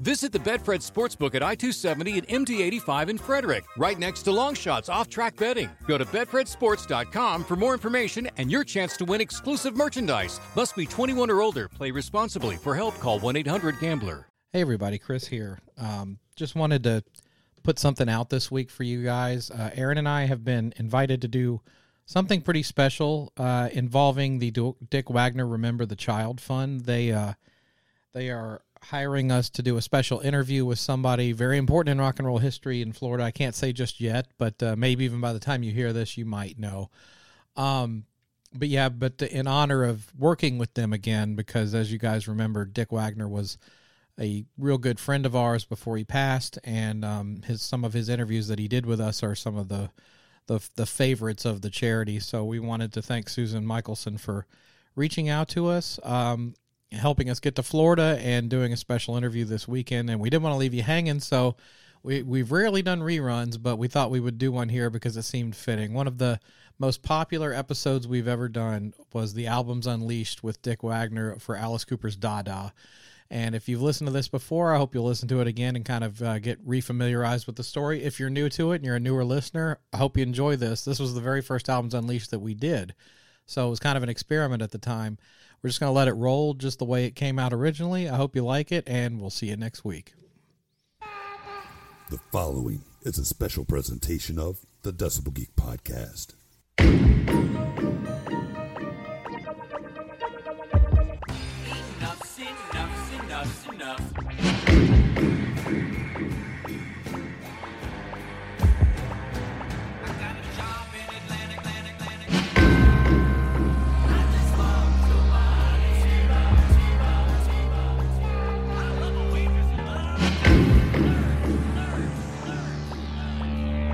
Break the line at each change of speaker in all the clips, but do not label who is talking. Visit the Betfred Sportsbook at I 270 and MD 85 in Frederick, right next to Longshots Off Track Betting. Go to BetfredSports.com for more information and your chance to win exclusive merchandise. Must be 21 or older. Play responsibly. For help, call 1 800 Gambler.
Hey everybody, Chris here. Um, just wanted to put something out this week for you guys. Uh, Aaron and I have been invited to do something pretty special uh, involving the Du- Dick Wagner Remember the Child Fund. They uh, they are hiring us to do a special interview with somebody very important in rock and roll history in Florida. I can't say just yet, but uh, maybe even by the time you hear this, you might know. Um, but yeah, but in honor of working with them again, because as you guys remember, Dick Wagner was a real good friend of ours before he passed, and um, his some of his interviews that he did with us are some of the the, the favorites of the charity. So we wanted to thank Susan Michelson for reaching out to us, um, helping us get to Florida, and doing a special interview this weekend. And we didn't want to leave you hanging, so we we've rarely done reruns, but we thought we would do one here because it seemed fitting. One of the most popular episodes we've ever done was the albums Unleashed with Dick Wagner for Alice Cooper's Dada. And if you've listened to this before, I hope you'll listen to it again and kind of uh, get refamiliarized with the story. If you're new to it and you're a newer listener, I hope you enjoy this. This was the very first albums Unleashed that we did. So it was kind of an experiment at the time. We're just going to let it roll just the way it came out originally. I hope you like it, and we'll see you next week.
The following is a special presentation of the Decibel Geek Podcast.
Enough's enough's enough's enough. I got a job in Atlanta, Atlanta, Atlanta. I just love to ride and she rides, she rides, she rides, she rides. I love a waitress who loves to learn, learn, learn.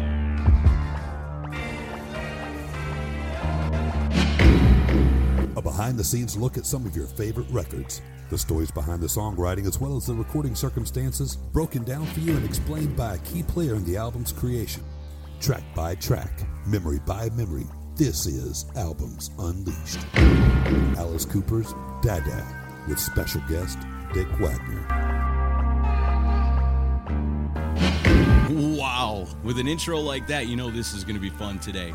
A behind the scenes look at some of your favorite records, the stories behind the songwriting, as well as the recording circumstances, broken down for you and explained by a key player in the album's creation. Track by track, memory by memory, this is Albums Unleashed. Alice Cooper's Dada with special guest Dick Wagner.
Wow. With an intro like that, you know this is going to be fun today.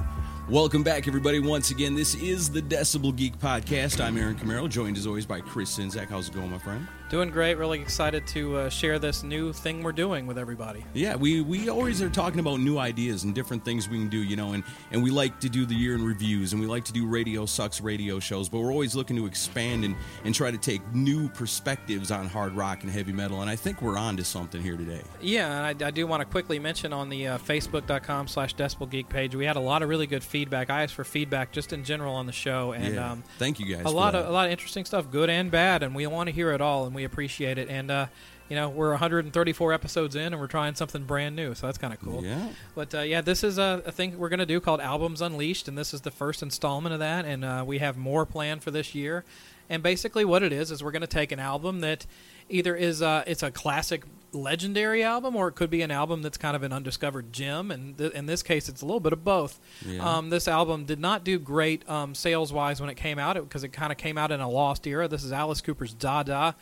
Welcome back, everybody. Once again, this is the Decibel Geek Podcast. I'm Aaron Camaro, joined as always by Chris Sinzak. How's it going, my friend?
Doing great. Really excited to uh, share this new thing we're doing with everybody.
Yeah, we, we always are talking about new ideas and different things we can do, you know, and, and we like to do the year in reviews and we like to do Radio Sucks radio shows, but we're always looking to expand and, and try to take new perspectives on hard rock and heavy metal. And I think we're on to something here today.
Yeah, and I, I do want to quickly mention on the uh, Facebook.com slash Decibel Geek page, we had a lot of really good feedback. I asked for feedback just in general on the show, and
yeah.
um,
Thank you guys.
a
for
lot
that.
of a lot of interesting stuff, good and bad, and we want to hear it all, and we appreciate it. And uh, you know, we're 134 episodes in, and we're trying something brand new, so that's kind of cool.
Yeah.
But uh, yeah, this is a, a thing we're going to do called Albums Unleashed, and this is the first installment of that, and uh, we have more planned for this year. And basically, what it is is we're going to take an album that either is uh, it's a classic, legendary album, or it could be an album that's kind of an undiscovered gem. And th- in this case, it's a little bit of both. Um, this album did not do great um, sales wise when it came out because it, kind of came out in a lost era. This is Alice Cooper's Dada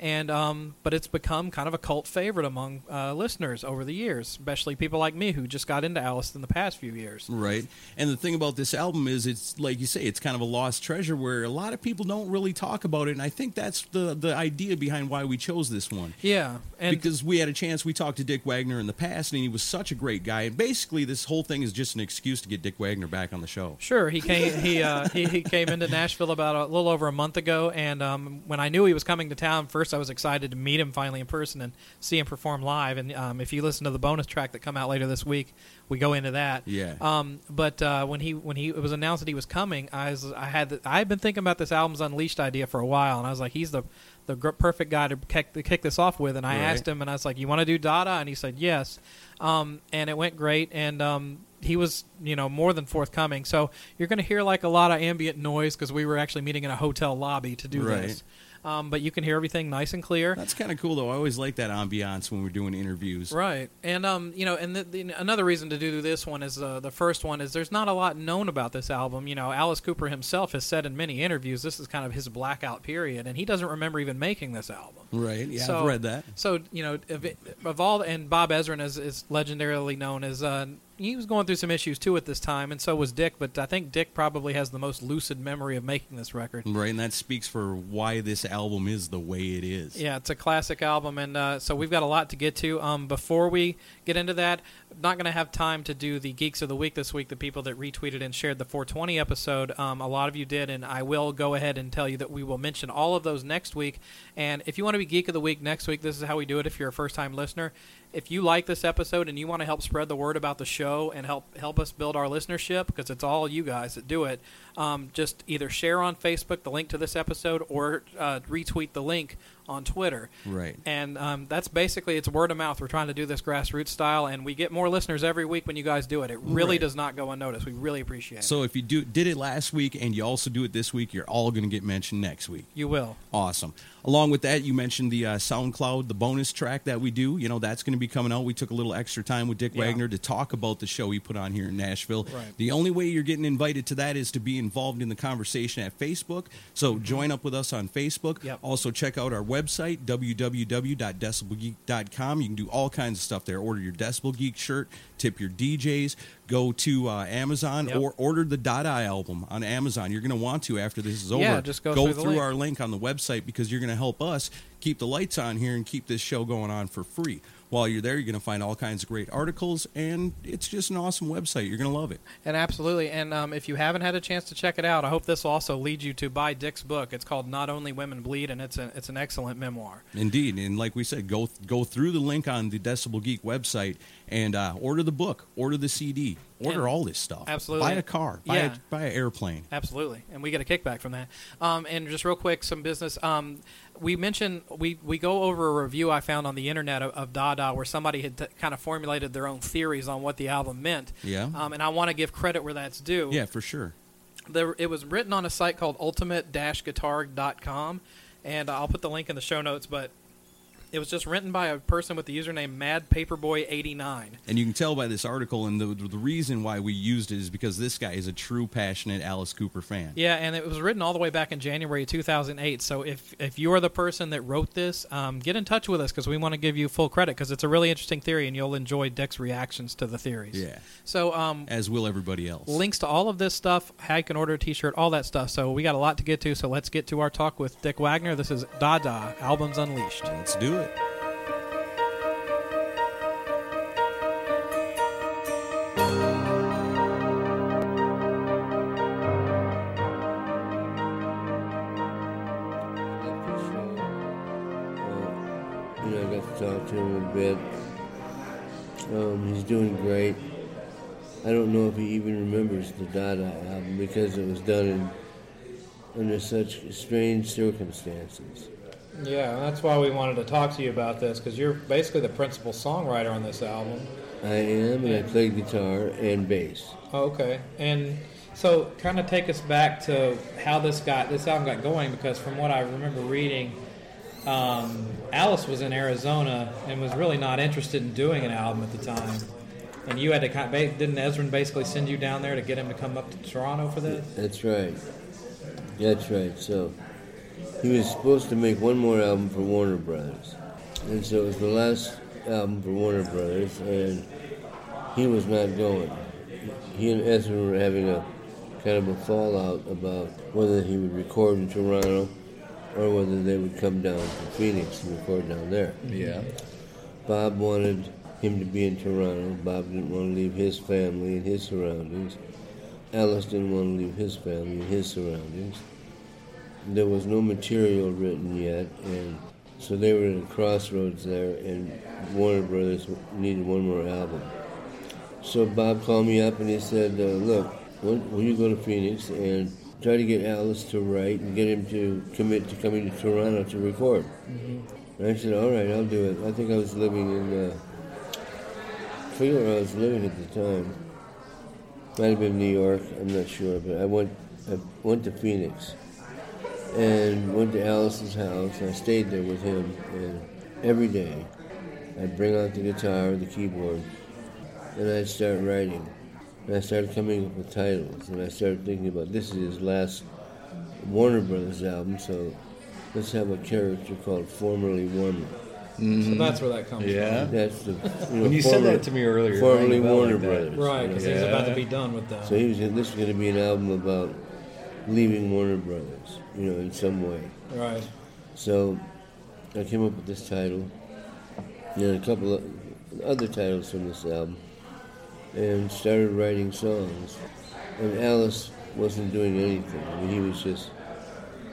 and um, but it's become kind of a cult favorite among uh, listeners over the years, especially people like me who just got into Alice in the past few years.
Right. And the thing about this album is it's like you say, it's kind of a lost treasure where a lot of people don't really talk about it. And I think that's the, the idea behind why we chose this one.
Yeah, and
because we had a chance, we talked to Dick Wagner in the past, and he was such a great guy. And basically, this whole thing is just an excuse to get Dick Wagner back on the show.
Sure, he came. He, uh, he he came into Nashville about a little over a month ago, and um, when I knew he was coming to town, first I was excited to meet him finally in person and see him perform live. And um, if you listen to the bonus track that come out later this week, we go into that.
Yeah.
Um, but uh, when he when he it was announced that he was coming, I was I had the, I had been thinking about this album's Unleashed idea for a while, and I was like, he's the the gr- perfect guy to kick, to kick this off with. And I
Right.
asked him, and I was like, you want to do Dada? And he said yes. Um, and it went great, and um, he was you know more than forthcoming so you're going to hear like a lot of ambient noise because we were actually meeting in a hotel lobby to do
Right.
this Um, but you can hear everything nice and clear.
That's kind of cool, though. I always like that ambiance when we're doing interviews.
Right, and um, you know, and the, the, another reason to do this one is uh, the first one is there's not a lot known about this album. You know, Alice Cooper himself has said in many interviews this is kind of his blackout period, and he doesn't remember even making this album.
Right, yeah, I've read that.
So you know, of, it- of all and Bob Ezrin is, is legendarily known as uh, he was going through some issues too at this time, and so was Dick. But I think Dick probably has the most lucid memory of making this record.
Right, and that speaks for why this album is the way it is.
Yeah, it's a classic album, and uh, so we've got a lot to get to. Um, before we get into that, not going to have time to do the Geeks of the Week this week. The people that retweeted and shared the 420 episode, um, a lot of you did, and I will go ahead and tell you that we will mention all of those next week. And if you want to be Geek of the Week next week, this is how we do it. If you're a first time listener, if you like this episode and you want to help spread the word about the show and help help us build our listenership, because it's all you guys that do it, um, just either share on Facebook the link to this episode or uh, retweet the link on Twitter.
Right.
And um, that's basically it's word of mouth. We're trying to do this grassroots style, and we get more listeners every week when you guys do it. It really
Right.
does not go unnoticed. We really appreciate it.
So if you do did it last week and you also do it this week, you're all going to get mentioned next week.
You will.
Awesome. Along with that, you mentioned the uh, SoundCloud, the bonus track that we do. You know, that's going to be coming out. We took a little extra time with Dick
Yeah.
Wagner to talk about the show he put on here in Nashville.
Right.
The only way you're getting invited to that is to be involved in the conversation at Facebook. So join up with us on Facebook.
Mm-hmm. Yep.
Also, check out our website, www.decibelgeek.com. You can do all kinds of stuff there. Order your Decibel Geek shirt, tip your DJs, go to uh, Amazon,
Yep.
or order the Dada album on Amazon. You're going to want to after this is over.
Yeah, just go
go
through the
through,
link.
our our link on the website because you're going to help us keep the lights on here and keep this show going on for free. While you're there, you're going to find all kinds of great articles, and it's just an awesome website. You're going to love it.
And absolutely. And um, if you haven't had a chance to check it out, I hope this will also lead you to buy Dick's book. It's called Not Only Women Bleed, and it's an it's an excellent memoir.
Indeed, and like we said, go go through the link on the Decibel Geek website and uh, order the book, order the CD, order
And-
all this stuff.
Absolutely.
buy a car, buy
Yeah.
a, buy an airplane.
Absolutely, and we get a kickback from that. Um, and just real quick, some business. Um, we mentioned we, we go over a review I found on the internet of, of Dada, where somebody had t- kind of formulated their own theories on what the album meant.
Yeah.
Um, and I want to give credit where that's due.
Yeah, for sure.
There, it was written on a site called ultimate-guitar.com, and I'll put the link in the show notes. But it was just written by a person with the username Mad Paperboy eighty nine.
And you can tell by this article, and the, the reason why we used it is because this guy is a true passionate Alice Cooper fan.
Yeah, and it was written all the way back in January 2008. So if if you are the person that wrote this, um, get in touch with us because we want to give you full credit because it's a really interesting theory and you'll enjoy Dick's reactions to the theories.
Yeah.
So um,
as will everybody else.
links to all of this stuff, how you can order a T-shirt, all that stuff. So we got a lot to get to. So let's get to our talk with Dick Wagner. This is Dada Albums Unleashed.
Let's do it.
You know, I got to talk to him a bit. Um, he's doing great. I don't know if he even remembers the Dada album because it was done in, under such strange circumstances.
Yeah, that's why we wanted to talk to you about this because you're basically the principal songwriter on this album.
I am, and I play guitar and bass.
Oh, Okay, and so kind of take us back to how this got this album got going because from what I remember reading, um, Alice was in Arizona and was really not interested in doing an album at the time, and you had to kind of, didn't Ezrin basically send you down there to get him to come up to Toronto for this?
That's right. That's right. So he was supposed to make one more album for Warner Brothers. And so it was the last album for Warner Brothers, and he was not going. He and Ezra were having a kind of a fallout about whether he would record in Toronto or whether they would come down to Phoenix and record down there. Yeah. Bob wanted him to be in Toronto. Bob didn't want to leave his family and his surroundings. Alice didn't want to leave his family and his surroundings. There was no material written yet, and so they were at a crossroads there, and Warner Brothers needed one more album. So Bob called me up and he said, uh, "Look, will will you go to Phoenix and try to get Alice to write and get him to commit to coming to Toronto to record?" And I said, "All right, I'll do it." I think I was living in, uh, I forget where I was living at the time. Might have been New York. I'm not sure, but I went. I went to Phoenix, and went to Alice's house. I stayed there with him, and every day I'd bring out the guitar, the keyboard, and I'd start writing. And I started coming up with titles, and I started thinking about this is his last Warner Brothers album, so let's have a character called Formerly Warner.
Mhm.
That's where that comes
yeah.
That's the you know,
When you said that to me earlier,
formerly
it rang a bell
Warner
like that.
Brothers,
from. Right, because he's about to be done with that.
So he was. This is going to be an album about leaving Warner Brothers, you know, in some way.
Right.
So I came up with this title and a couple of other titles from this album and started writing songs. And Alice wasn't doing anything. I mean, he was just,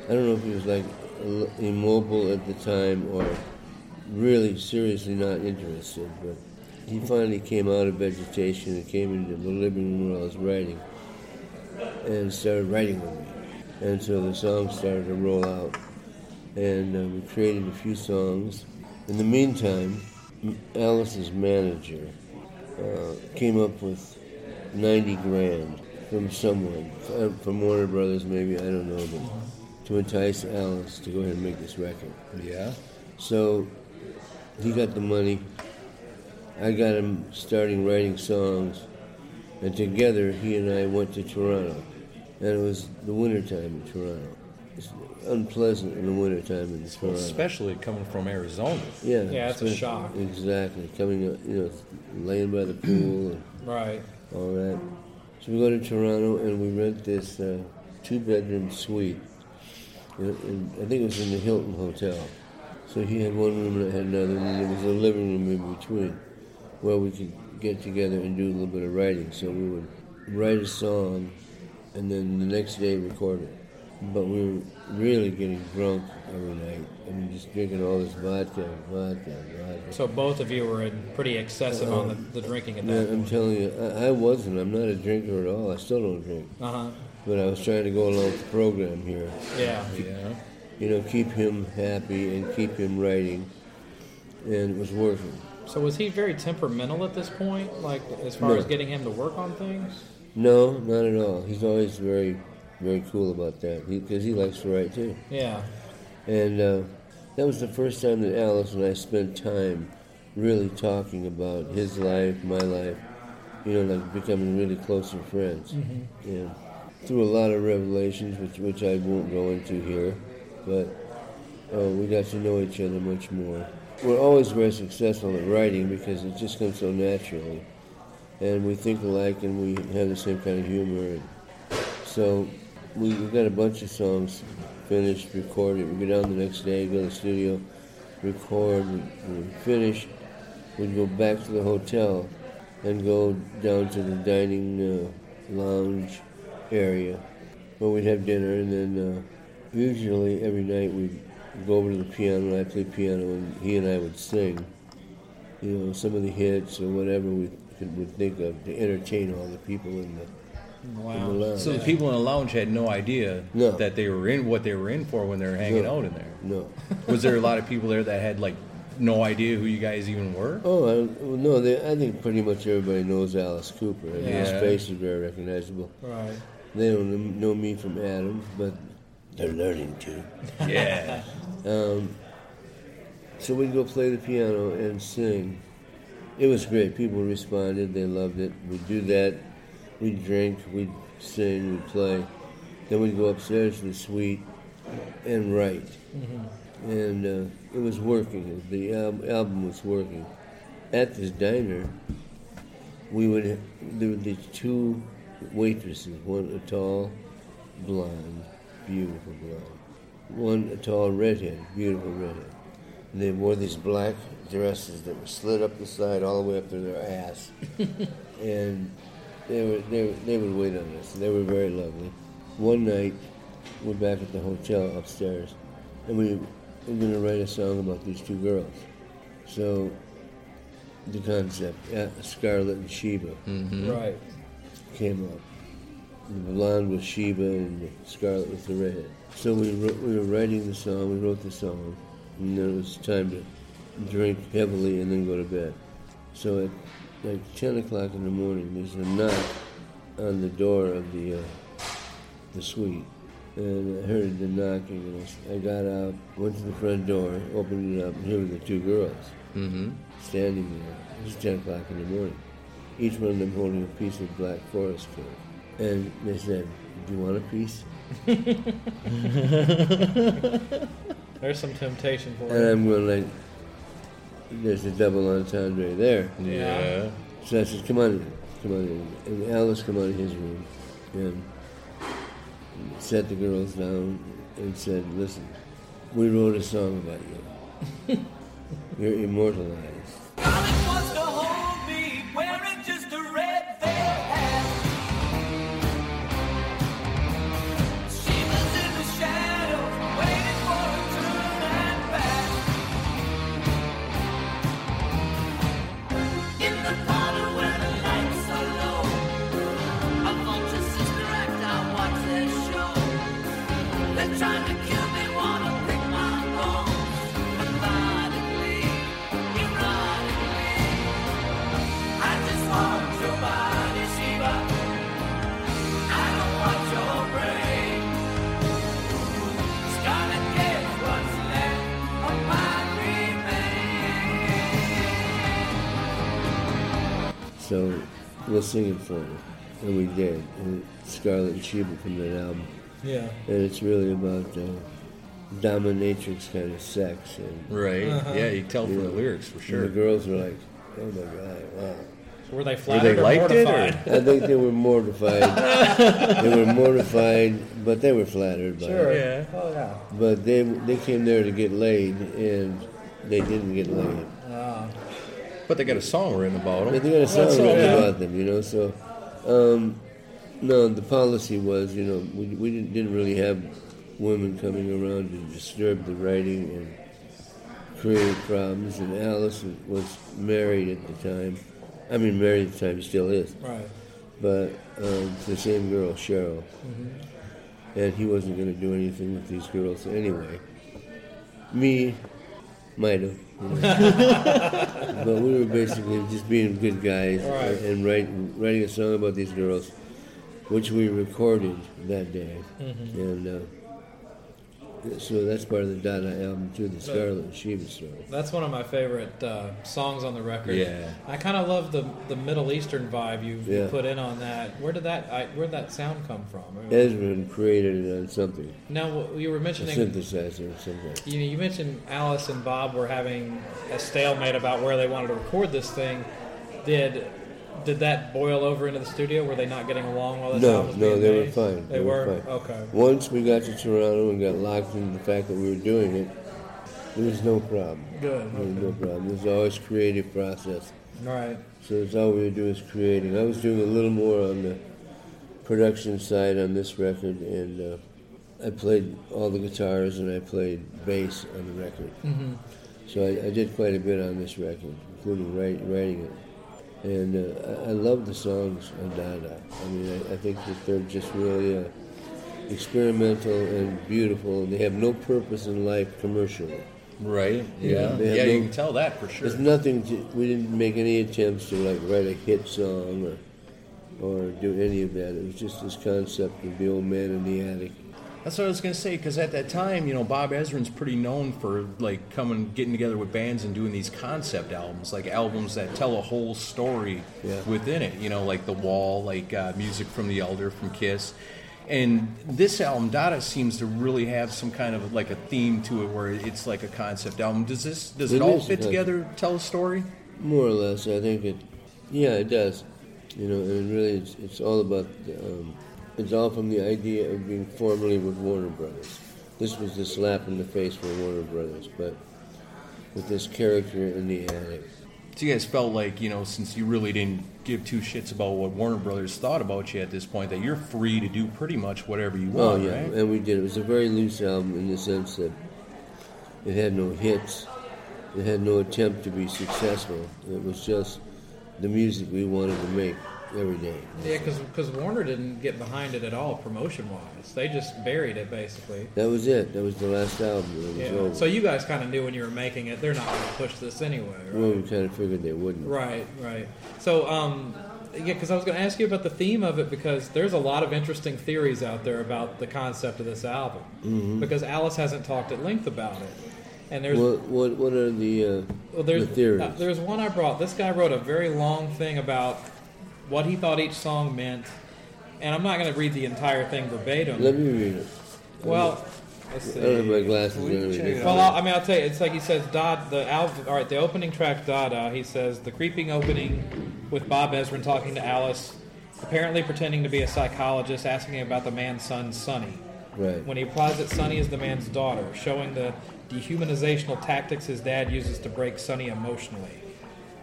I don't know if he was like ill- immobile at the time or really seriously not interested, but he finally came out of vegetation and came into the living room where I was writing and started writing with me. And so the songs started to roll out and uh, we created a few songs. In the meantime, M- Alice's manager uh, came up with 90 grand from someone, uh, from Warner Brothers maybe, I don't know, but to entice Alice to go ahead and make this record.
Yeah.
So he got the money. I got him starting writing songs. And together, he and I went to Toronto. And it was the wintertime in Toronto. It's unpleasant in the wintertime in Toronto.
Especially coming from Arizona.
yeah,
Yeah, it's a
especially-
shock.
Exactly. Coming, up, you know, laying by the pool and
Right.
all that. So we go to Toronto and we rent this uh, two bedroom suite. In, in, I think it was in the Hilton Hotel. So he had one room and I had another, and there was a living room in between where we could get together and do a little bit of writing. So we would write a song and then the next day record it. But we were really getting drunk every night. I mean, just drinking all this vodka, vodka, vodka.
So both of you were in pretty excessive on the, the drinking at
Man,
that.
I'm telling you, I, I wasn't. I'm not a drinker at all. I still don't drink.
Uh huh.
But I was trying to go along with the program here.
Yeah.
Yeah.
You know, keep him happy and keep him writing. And it was working.
So was he very temperamental at this point? Like as far
No.
as getting him to work on things?
No, not at all. He's always very, very cool about that because he likes to write too.
Yeah.
And uh, that was the first time that Alice and I spent time really talking about his life, my life, you know, like becoming really closer friends. And through a lot of revelations, which, which I won't go into here, but uh, we got to know each other much more. We're always very successful at writing because it just comes so naturally. And we think alike and we have the same kind of humor. And so we, we got a bunch of songs finished, recorded. We go down the next day, go to the studio, record, we, we finish. We'd go back to the hotel and go down to the dining uh, lounge area where we'd have dinner. And then uh, usually every night we'd go over to the piano, I'd play piano, and he and I would sing. You know, some of the hits or whatever we could, would think of to entertain all the people in the, in the
Wow.
lounge.
So the people in the lounge had no idea
No.
that they were in what they were in for when they were hanging
No.
out in there.
No.
Was there a lot of people there that had like no idea who you guys even were?
Oh, I, well, no, they, I think pretty much everybody knows Alice Cooper. I mean, His
Yeah.
face is very recognizable.
Right.
They don't kn- know me from Adam, but they're learning to.
Yeah.
So we'd go play the piano and sing. It was great. People responded. They loved it. We'd do that. We'd drink. We'd sing. We'd play. Then we'd go upstairs to the suite and write.
Mm-hmm.
And uh, it was working. The al- album was working. At this diner, we would there were the two waitresses, one a tall, blonde, beautiful blonde, one a tall redhead, beautiful redhead. And they wore these black dresses that were slit up the side all the way up to their ass, and they were they were, they would wait on us. They were very lovely. One night, we're back at the hotel upstairs, and we were going to write a song about these two girls. So the concept, uh, Scarlet and Sheba,
Right.
came up. The blonde was Sheba and the Scarlet was the redhead. So we, wrote, we were writing the song, we wrote the song, and then it was time to drink heavily and then go to bed. So at like 10 o'clock in the morning, there's a knock on the door of the, uh, the suite. and I heard the knocking. And I s- I got out, went to the front door, opened it up, and here were the two girls standing there. It was 10 o'clock in the morning. Each one of them holding a piece of black forest fir. And they said, Do you want a piece?
There's some temptation for
And
it.
I'm going like, There's a double entendre there.
Yeah.
So I said, come on in, come on in. And Alice come out of his room and set the girls down and said, listen, we wrote a song about you. You're immortalized.
All it wants to hold me, wearing just a red veil hat. She was in the shadows, waiting for a turn and back. In the corner where the lights are low, a vulture sister act. I watch their show. They're trying to kill me, wanna pick my bones. Methodically, erotically. I just want your body, Sheba. I don't want your brain. Scarlet gets what's left of my remains.
So we'll sing it for you. And we did. And Scarlet Sheba from that album.
Yeah.
And it's really about uh, dominatrix kind of sex. And,
Right. Yeah, you tell from the lyrics for
and the
sure.
girls were like, oh my God, wow.
Were they
Were
flattered
they
or
liked it
mortified?
or?
I think they were mortified. they were mortified, but they were flattered by it.
Yeah.
Oh yeah.
But they they came there to get laid, and they didn't get laid.
But they got a song written about
But
them.
they got a song written about them, you know. So, um, no, the policy was, you know, we, we didn't, didn't really have women coming around to disturb the writing and create problems. And Alice was married at the time. I mean, married at the time, still is.
Right.
but um, the same girl, Cheryl. And he wasn't going to do anything with these girls anyway. Me, might have. you know. but we were basically just being good guys and write, writing a song about these girls, which we recorded that day. And uh, so that's part of the Dada album, too, the Scarlet and Sheba story.
That's one of my favorite uh, songs on the record.
Yeah.
I kind of love the the Middle Eastern vibe you you
Yeah.
put in on that. Where did that I, where did that sound come from? I mean,
Ezra created it on something,
now wh- you were
a
mentioning
synthesizer or something.
you, you mentioned Alice and Bob were having a stalemate about where they wanted to record this thing. Did did that boil over into the studio? Were they not getting along while this
No,
album was
no,
being
they were
made?
fine.
They, were,
fine.
okay.
Once we got to Toronto and got locked into the fact that we were doing it, there was no problem.
Good.
There was no problem. There's always creative process.
All right.
So it's all we were doing is creating. I was doing a little more on the production side on this record, and uh, I played all the guitars and I played bass on the record. Mm-hmm. So I, I did quite a bit on this record, including write, writing it. And uh, I, I love the songs on Dada. I mean, I, I think that they're just really uh, experimental and beautiful, and they have no purpose in life commercially.
Right. Yeah.
They had
Yeah, you
no-
can tell that for sure.
There's nothing. To, we didn't make any attempts to like write a hit song or or do any of that. It was just this concept of the old man in the attic.
That's what I was gonna say because at that time, you know, Bob Ezrin's pretty known for like coming, getting together with bands and doing these concept albums, like albums that tell a whole story
Yeah.
within it. You know, like The Wall, like uh, music from The Elder, from Kiss, and this album Dada seems to really have some kind of like a theme to it, where it's like a concept album. Does this does it,
It
all
is a
fit
concept.
together, tell a story?
More or less, I think it. Yeah, it does. You know, and really, it's, it's all about. the, Um, it's all from the idea of being formerly with Warner Brothers. This was the slap in the face for Warner Brothers, but with this character in the attic.
So you guys felt like you know, since you really didn't give two shits about what Warner Brothers thought about you at this point, that you're free to do pretty much whatever you
Oh
want,
yeah,
right?
and we did. It was a very loose album in the sense that it had no hits, it had no attempt to be successful. It was just the music we wanted to make every day.
Yeah, because Warner didn't get behind it at all promotion wise. They just buried it basically.
That was it. That was the last album. It was
Yeah.
over.
So you guys kind of knew when you were making it, they're not going to push this anyway, right?
well, we kind of figured they wouldn't.
Right, right. So, um, yeah, because I was going to ask you about the theme of it because there's a lot of interesting theories out there about the concept of this album because Alice hasn't talked at length about it, and there's
What what what are the uh,
Well,
the
there's,
theories?
uh, there's one I brought. This guy wrote a very long thing about what he thought each song meant, and I'm not going to read the entire thing verbatim.
Let me read it.
well, let's see.
I don't have my glasses. on me.
Well, I I mean, I'll tell you, it's like he says, Dot, the album, all right, the opening track, uh, Dada, he says, the creeping opening with Bob Ezrin talking to Alice, apparently pretending to be a psychologist, asking about the man's son, Sonny.
Right.
When he implies that Sonny is the man's daughter, showing the dehumanizational tactics his dad uses to break Sonny emotionally.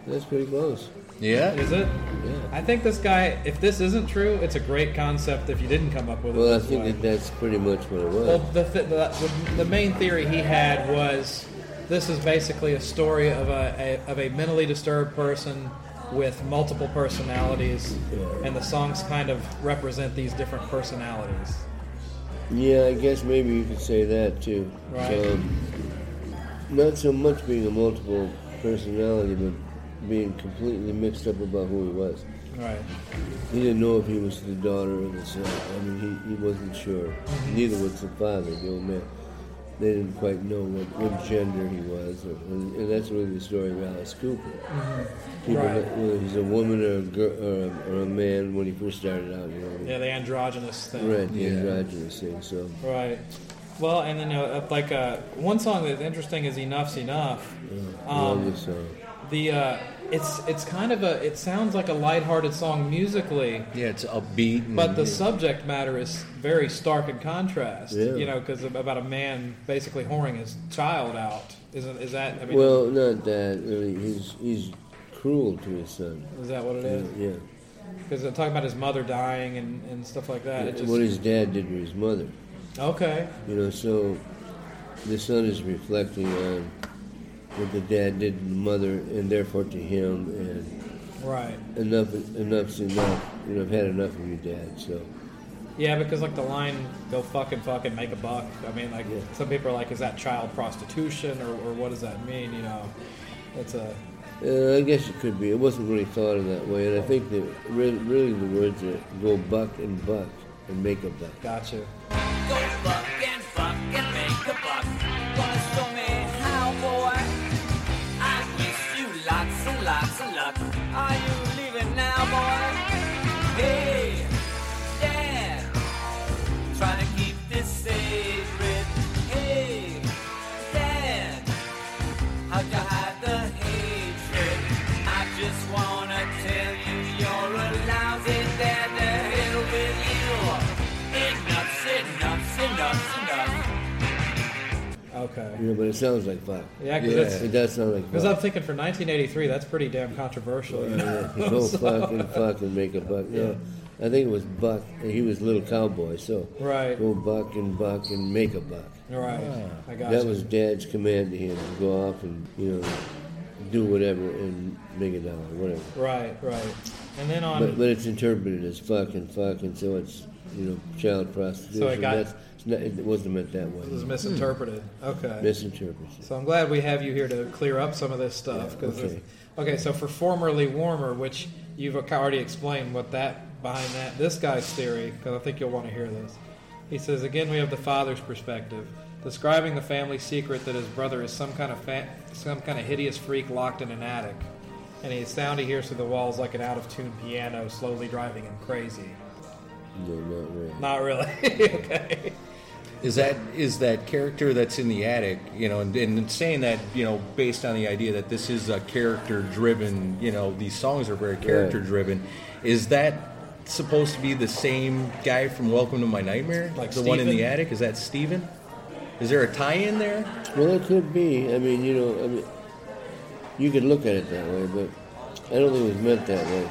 That's pretty close.
Yeah.
Is it? Yeah. I think this guy, if this isn't true, it's a great concept if you didn't come up with it.
Well, I
this
think
way.
that that's pretty much what it
Well,
was.
the, th- the, the main theory he had was this is basically a story of a, a of a mentally disturbed person with multiple personalities, and the songs kind of represent these different personalities.
Yeah, I guess maybe you could say that too.
Right.
Um, not so much being a multiple personality, but being completely mixed up about who he was.
Right.
He didn't know if he was the daughter or the son. I mean, he, he wasn't sure. Neither was the father, the old man. They didn't quite know what, what gender he was. Or, and, and that's really the story of Alice Cooper. People,
Mm-hmm. Right.
don't- whether he's a woman or a, girl, or, a, or a man when he first started out, you know.
Yeah, the androgynous thing.
Right, the androgynous thing. So,
Right. Well, and then uh, like uh, one song that's interesting is "Enough's Enough." Um,
longest song.
the uh, it's it's kind of a it sounds like a lighthearted song musically,
Yeah, it's upbeat. And,
But the
Mm-hmm.
subject matter is very stark in contrast,
Yeah.
you know, because about a man basically whoring his child out. Isn't is that? I mean,
Well, not that. Really. He's, he's cruel to his son. Uh,
is that what it is?
Yeah.
Because they're talking about his mother dying and, and stuff like that. It
What
just,
his dad did to his mother.
okay,
You know, so the son is reflecting on what the dad did to the mother, and therefore to him, and
right?
enough, enough's enough. You know, I've had enough of your dad. So
Yeah, because like the line "go fuck and fuck and make a buck." I mean, like some people are like, "Is that child prostitution or, or what does that mean?" You know, it's a
uh, I guess it could be. It wasn't really thought of that way, and I think that re- really the words are go buck and buck and make a buck.
gotcha.
Go fuck and fuck and make a buck. Gonna show me how, boy. I wish you lots and lots of luck. Are you leaving now, boy? Hey, Dad. Try to keep this sacred. Hey, Dad. How'd you hide the hatred? I just wanna tell you you're a lousy dad to hell with you. Enough's enough's enough's enough.
Okay.
You know, but it sounds like fuck.
Yeah, 'cause it's-
it does sound like
Because I'm
fuck.
thinking for 1983, that's pretty damn controversial. you know?
Yeah, go fuck and fuck and make a buck. No, I think it was buck. and He was a little cowboy, so
Right.
go buck and buck and make a buck.
Right. I got
That was Dad's command to him to go off and you know do whatever and make a dollar, whatever.
Right, right. And then on
But, but it's interpreted as fuck and fuck, and so it's you know child prostitution.
got-
That's, it's not, it wasn't meant that
it was
way.
misinterpreted.
hmm.
Okay.
Misinterpreted.
so I'm glad we have you here to clear up some of this stuff.
Yeah,
'cause
okay.
it's- okay, so for formerly warmer, which you've ac- already explained what that behind that this guy's theory, because I think you'll want to hear this. He says again, we have the father's perspective, describing the family secret that his brother is some kind of fa- some kind of hideous freak locked in an attic, and the sound he hears through the walls like an out of tune piano, slowly driving him crazy.
No, not really.
Not really. okay.
is that is that character that's in the attic, you know, and, and saying that, you know, based on the idea that this is a character driven, you know, these songs are very character driven. Is that supposed to be the same guy from Welcome to My Nightmare?
Like
the one in the
Steven?
attic? Is that Steven? Is there a tie in there?
Well, it could be. I mean, you know, I mean, you could look at it that way, but I don't think it was meant that way.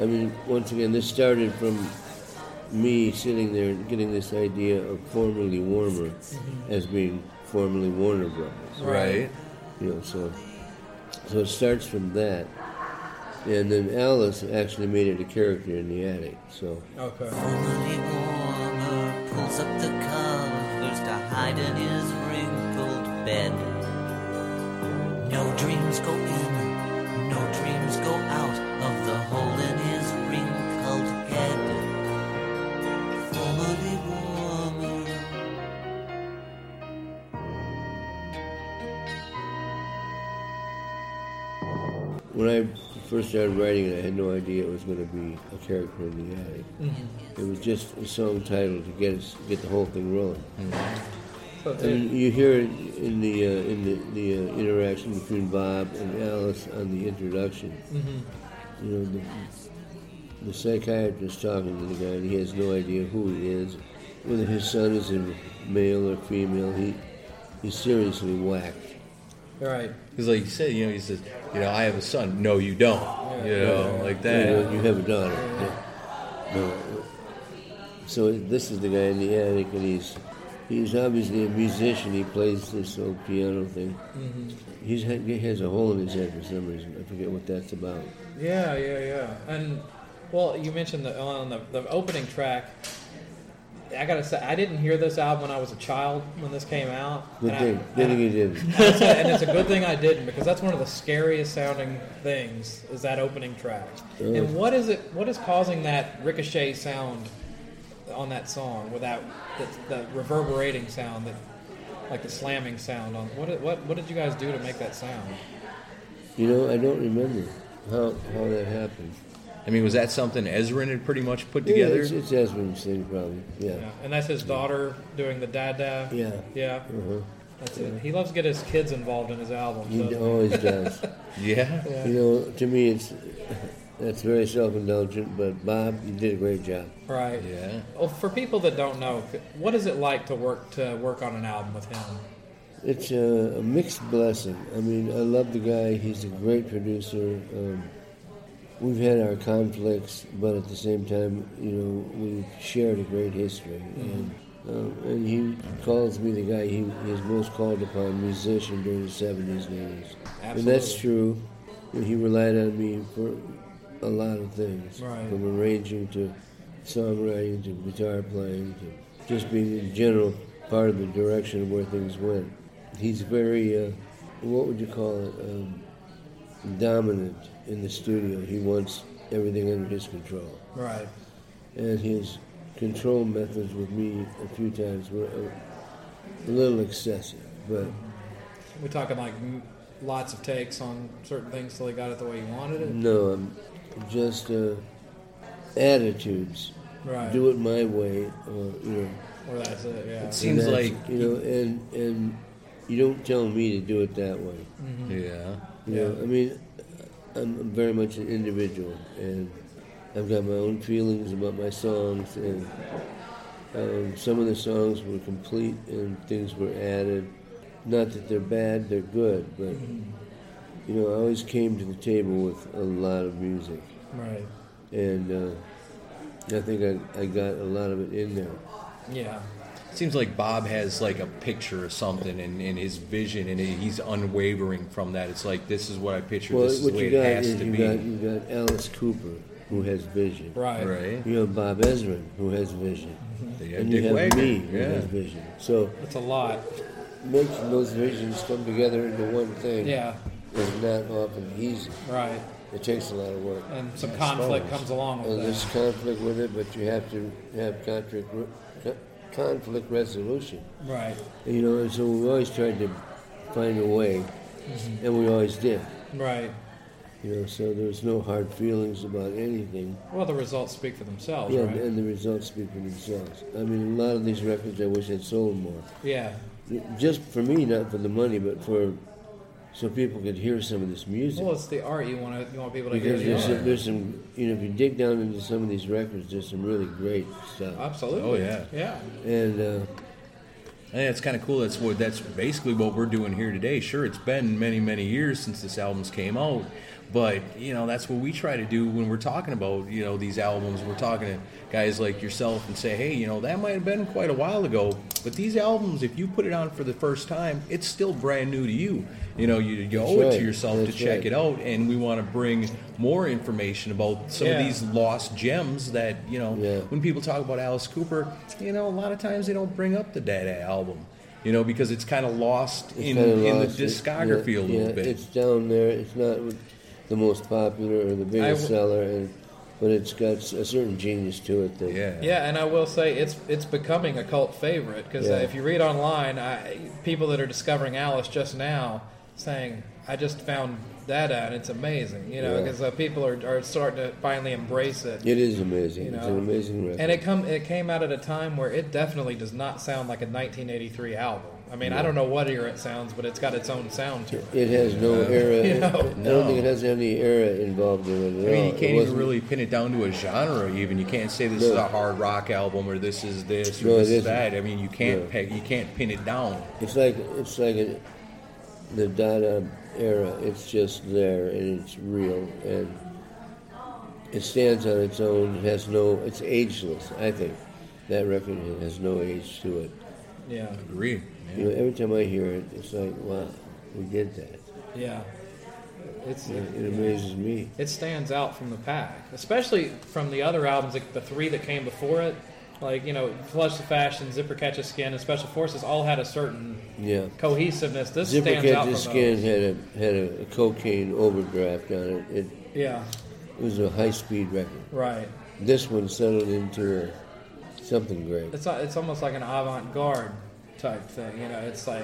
I mean, once again, this started from me sitting there and getting this idea of formerly warmer as being formerly Warner Brothers.
Right.
You know, so so it starts from that, and then Alice actually made it a character in the attic. So
Okay.
Formerly warmer pulls up the covers to hide in his wrinkled bed. No dreams go in, no dreams go out of the hole in his
when I first started writing it, I had no idea it was going to be a character in the attic. It was just a song title to get us, get the whole thing rolling. I mean, you hear it in the uh, in the, the uh, interaction between Bob and Alice on the introduction. You know, the, the psychiatrist talking to the guy, and he has no idea who he is, whether his son is a male or female. He he's seriously whacked.
Right.
Because like you said, you know, he says, you know, I have a son. No, you don't. You know, like that.
You, know, you have a daughter. yeah. No. So this is the guy in the attic, and he's he's obviously a musician. He plays this old piano thing. He's had he has a hole in his head for some reason. I forget what that's about.
Yeah, yeah, yeah.
And well, you mentioned the on the, the opening track. I gotta say, I didn't hear this album when I was a child when this came out.
Good
and
thing.
I,
Good thing he did.
That's it, and it's a good thing I didn't because that's one of the scariest sounding things is that opening track. And what is it? What is causing that ricochet sound on that song? With that, the, the reverberating sound that, like the slamming sound on. What did- what what did you guys do to make that sound?
You know, I don't remember how how that happened.
I mean, was that something Ezrin had pretty much put
Yeah,
together?
it's, it's Esmond's thing probably. Yeah.
Yeah. And that's his daughter doing the da da.
Yeah. Uh-huh.
Yeah. That's it. He loves to get his kids involved in his albums.
He
doesn't
d-
he?
always does.
yeah.
You know, to me, it's that's very self-indulgent. But Bob, you did a great job.
Right.
Yeah.
Well, oh, for people that don't know, what is it like to work to work on an album with him?
It's a, a mixed blessing. I mean, I love the guy. He's a great producer. Um, we've had our conflicts, but at the same time, you know, we've shared a great history.
Mm-hmm.
And, um, and he calls me the guy he is most called upon musician during the 70s and 80s. And that's
Absolutely.
true. He relied on me for a lot of things,
Right.
from arranging to songwriting to guitar playing to just being in general part of the direction of where things went. He's very, uh, what would you call it, um, dominant in the studio. He wants everything under his control.
Right.
And his control methods with me a few times were a, a little excessive, but
We're talking like m- lots of takes on certain things till he got it the way he wanted it.
no, um, just uh, attitudes.
Right.
Do it my way, or you know.
Or that's it. Yeah.
Seems
that's-
like-
you know, and and you don't tell me to do it that way.
Yeah.
You know, I mean, I'm very much an individual, and I've got my own feelings about my songs, and um, some of the songs were complete and things were added. Not that they're bad; they're good, but you know, I always came to the table with a lot of music,
Right.
and uh, I think I, I got a lot of it in there.
Yeah.
Seems like Bob has like a picture or something in, in his vision, and he's unwavering from that. It's like this is what I picture.
Well,
this is
what
the way
you
it
got
has
is
to
you
be.
got you got Alice Cooper, who has vision.
Right.
Right.
You have Bob Ezrin, who has vision.
Yeah,
And
Dick
you have
Wagner.
me, who
Yeah.
has vision. So
That's a lot.
making those visions come together into one thing
Yeah.
is not often easy.
Right.
It takes a lot of work.
And some conflict comes along with
And there's
that.
conflict with it, but you have to have conflict, re- co- conflict resolution.
Right.
You know, and so we always tried to find a way,
Mm-hmm.
and we always did.
Right.
You know, so there's no hard feelings about anything.
Well, the results speak for themselves,
Yeah,
right?
and the results speak for themselves. I mean, a lot of these records I wish had sold more.
yeah.
Just for me, not for the money, but for so people could hear some of this music.
Well, it's the art you want to you want people to hear.
Because
The
there's
art.
some, there's some, you know, if you dig down into some of these records, there's some really great stuff.
Absolutely.
Oh, yeah.
Yeah.
And uh,
I think it's kind of cool. That's what that's basically what we're doing here today. Sure, it's been many many years since this album's came out, but you know that's what we try to do when we're talking about you know these albums. We're talking to guys like yourself and say, hey, you know that might have been quite a while ago, but these albums, if you put it on for the first time, it's still brand new to you. You know you, you owe it
right.
to yourself
That's
to check
right.
it out, and we want to bring more information about some
Yeah.
of these lost gems that you know
Yeah.
when people talk about Alice Cooper, you know, a lot of times they don't bring up the Dada album, you know, because it's kind of lost
it's
in,
kinda
in
lost.
the
It-
discography
yeah,
a little
yeah,
bit.
It's down there. It's not the most popular or the biggest
I w-
seller, and, but it's got a certain genius to it. That
yeah.
Yeah, and I will say it's it's becoming a cult favorite uh, because
Yeah.
if you read online, I, people that are discovering Alice just now saying,
I just found that out. It's amazing, you know,
Yeah.
because uh, people are, are starting to finally embrace it.
It is amazing.
You
It's
know.
an amazing record.
And it come it came out at a time where it definitely does not sound like a 1983 album. I mean, I don't know what era it sounds, but it's got its own sound to it.
It has no era.
You know.
I don't think it has any era involved in it
I
at
mean,
all.
you
It
can't even
wasn't-
really pin it down to a genre. Even you can't say this is
No.
a hard rock album or this is this or
No, it
this is
isn't.
that. I mean, you can't
Yeah.
peg, you can't pin it down.
It's like it's like a, the Dada era. It's just there and it's real and it stands on its own. It has no. It's ageless. I think that record has no age to it.
Yeah,
Agree.
You know, every time I hear it, it's like, wow, we did that.
yeah. It's
It, it amazes me.
it stands out from the pack, especially from the other albums, like the three that came before it. Like you know, Flush the Fashion, Zipper Catch a Skin, and Special Forces all had a certain
Yeah.
cohesiveness. This
Zipper
stands out
Catch
from
the Skin
those.
had a had a, a cocaine overdraft on it. It,
Yeah,
it was a high speed record.
right.
This one settled into something great.
It's a- it's almost like an avant-garde type thing. You know, it's like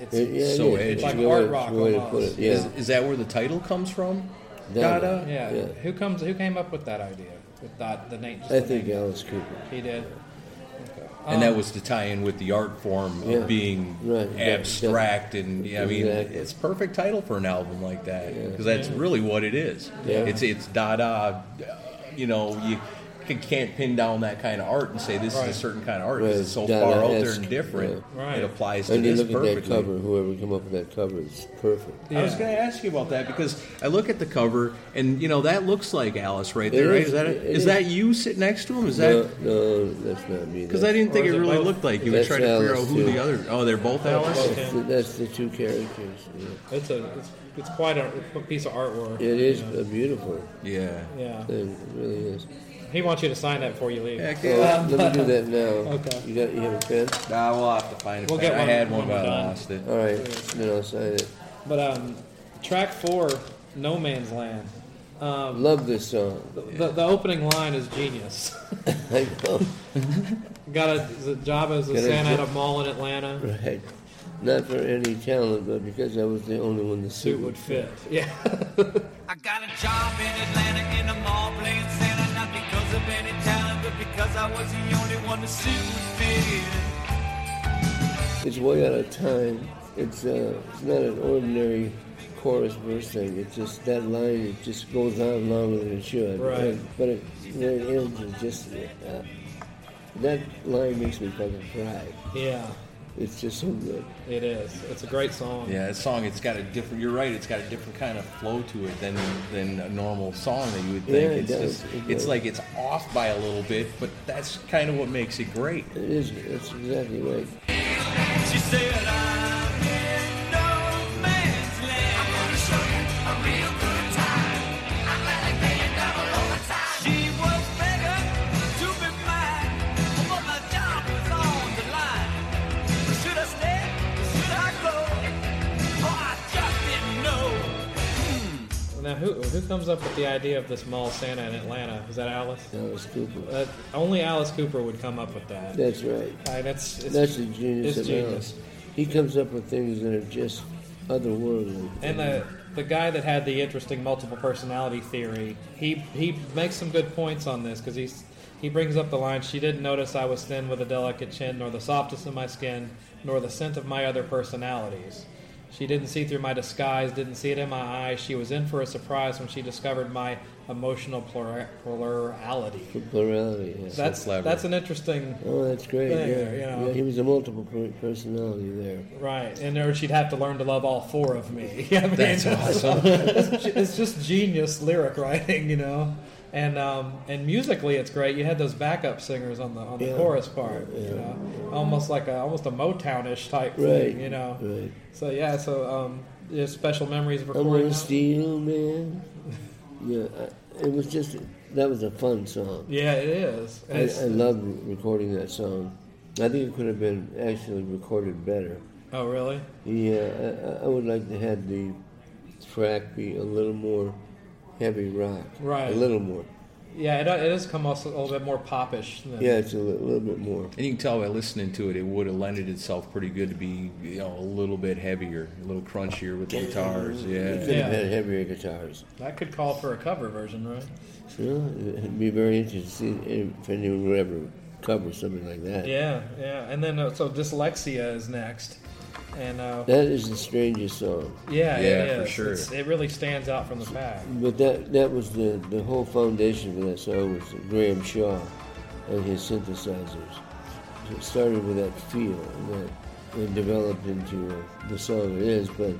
it's,
It- yeah,
it's
it
so
is.
edgy.
It's
Like
a good
art
way- it's a
rock
way to
almost.
put it,
Is,
Yeah.
is that where the title comes from?
Dada.
Dada?
yeah.
yeah.
Who comes? Who came up with that idea? With that the name? just
I
the
think
name?
Alice Cooper.
he did.
And that was to tie in with the art form of
Um, Yeah.
being
Right, yeah,
abstract, and yeah, I mean,
Exactly.
it's a perfect title for an album like that because that's really what it is.
Yeah.
It's it's Dada, uh, you know, you c- can't pin down that kind of art and say this
Right.
is a certain kind of art. 'cause
Right,
It's so far out there
Dada-esque,
and different.
yeah. Right.
It applies to
And you
this
look
perfectly.
at that cover. Whoever came up with that cover, it's perfect.
I was going to ask you about that because I look at the cover and you know that looks like Alice right
It
there. Right?
is,
Is that
it
is
is.
that you sitting next to him? Is that
No, no, that's not me.
Because
that-
I didn't think
Or
it
is it
really
both?
looked like. You were
That's
trying to figure out
Alice,
who
too.
the other. Oh, they're both Alice.
That's the, that's the two characters. yeah.
It's a it's, it's quite a, a piece of artwork.
It is a beautiful
Yeah.
Yeah.
thing. It really is.
He wants you to sign that before you leave.
Heck
Oh,
yeah.
let me do that now.
Okay.
You got? You have a pen?
Nah, we'll have to find it.
We'll get
I
one
had
when
one,
we're
but I
done.
lost it.
All right. Then I'll sign it.
But um, track four, No Man's Land. Um,
Love this song.
the, the, the opening line is genius.
I know.
Got a, the job as a
Get a
Santa at
jo-
a mall in Atlanta.
Right. Not for any talent, but because I was the only one the
Suit
suit
would fit. Yeah.
I got a job in Atlanta in a mall playing Santa, not because of any talent, but because I was the only one to suit fit.
It's way out of time. It's uh, it's not an ordinary chorus verse thing. It's just that line. It just goes on longer than it should.
Right.
And- but it, when it ends, it just uh, that line makes me fucking cry.
Yeah.
It's just so good.
It is. It's a great song.
Yeah, that song. It's got a different. You're right. It's got a different kind of flow to it than than a normal song that you would
Yeah,
think.
it
it's
does.
just.
It
It's
does.
like it's off by a little bit, but that's kind of what makes it great.
It is. That's exactly right.
She said, I'm in no man's land. I'm gonna show you a real good time. I'm gonna pay you double overtime. She was begging to be mine, but my job was on the line. Should I stay? Should I go? Oh, I just didn't know.
Now, who who comes up with the idea of this mall Santa in Atlanta? Is that Alice?
Alice Cooper.
That, only Alice Cooper would come up with that.
That's right.
I mean, that's it's,
That's the genius
it's
of
genius.
Alice. He comes up with things that are just otherworldly.
And the the guy that had the interesting multiple personality theory, he he makes some good points on this because he's he brings up the line. She didn't notice I was thin with a delicate chin, nor the softness of my skin, nor the scent of my other personalities. She didn't see through my disguise, didn't see it in my eyes. She was in for a surprise when she discovered my emotional plura- plurality.
plurality. yeah.
That's
clever.
that's an interesting
Oh, that's great.
thing
yeah.
there, you know.
yeah, he was a multiple per- personality there.
Right, and or she'd have to learn to love all four of me. I mean,
That's awesome.
it's, it's just genius lyric writing, you know. And um, and musically, it's great. You had those backup singers on the on the
Yeah.
chorus part, you know, almost like a almost a Motownish type
Right.
thing, you know.
Right.
So yeah, so um, there's special memories of
I'm
recording.
gonna
that?
steal, man. Yeah, I, it was just that was a fun song.
Yeah, it is. And
I,
it's- uh,
I loved recording that song. I think it could have been actually recorded better.
oh really?
Yeah, I- I, I would like to have the track be a little more heavy rock.
Right.
A little more.
Yeah, it, it does come also a little bit more popish. Than,
Yeah, it's a li- little bit more.
And you can tell by listening to it, it would have lended itself pretty good to be, you know, a little bit heavier, a little crunchier with the guitars.
It
Yeah.
could have
Yeah.
had heavier guitars.
That could call for a cover version, right?
So it'd be very interesting if anyone would ever cover something like that.
Yeah, yeah. And then uh, so dyslexia is next, and uh,
That is the strangest song.
yeah,
Yeah,
it
for
is.
sure.
It's- it really stands out from the pack.
But that that was the, the whole foundation for that song was Graham Shaw and his synthesizers. It started with that feel and that it developed into uh, the song it is, but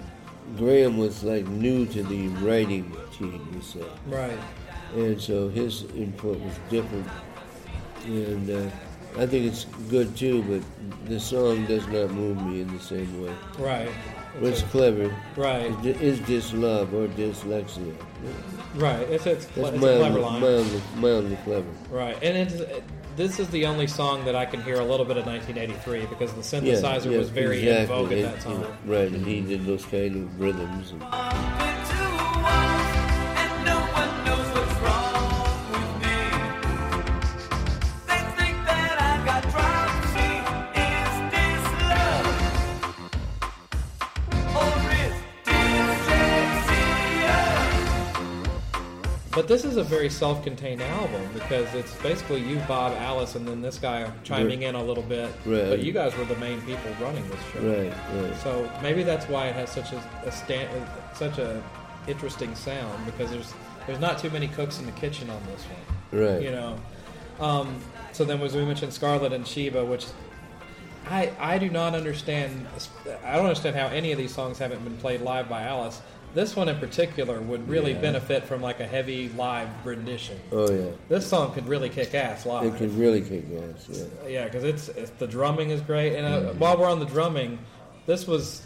Graham was like new to the writing team, he said.
Right.
And so his input was different. And uh, I think it's good too, but the song does not move me in the same way.
Right.
But it's clever.
Right.
It is dislove or dyslexia.
Right. It's it's, cle-
That's
it's a clever
mildly,
line.
mildly, mildly clever.
Right. And it's, it, this is the only song that I can hear a little bit of 1983 because the synthesizer was very in
exactly.
vogue at
It-
that time.
it- Right, and he did those kind of rhythms. And,
But this is a very self-contained album because it's basically you, Bob, Alice, and then this guy chiming in a little bit.
Right.
But you guys were the main people running this show.
right, right.
So maybe that's why it has such a, a stand, such a interesting sound because there's there's not too many cooks in the kitchen on this one.
Right.
You know. Um, so then, as we mentioned, Scarlet and Sheba, which I I do not understand. I don't understand how any of these songs haven't been played live by Alice. This one in particular would really benefit from like a heavy live rendition.
Oh, yeah.
This song could really kick ass live.
It could really kick ass, yeah.
Yeah, because it's, it's the drumming is great, and uh,
Mm-hmm.
while we're on the drumming, this was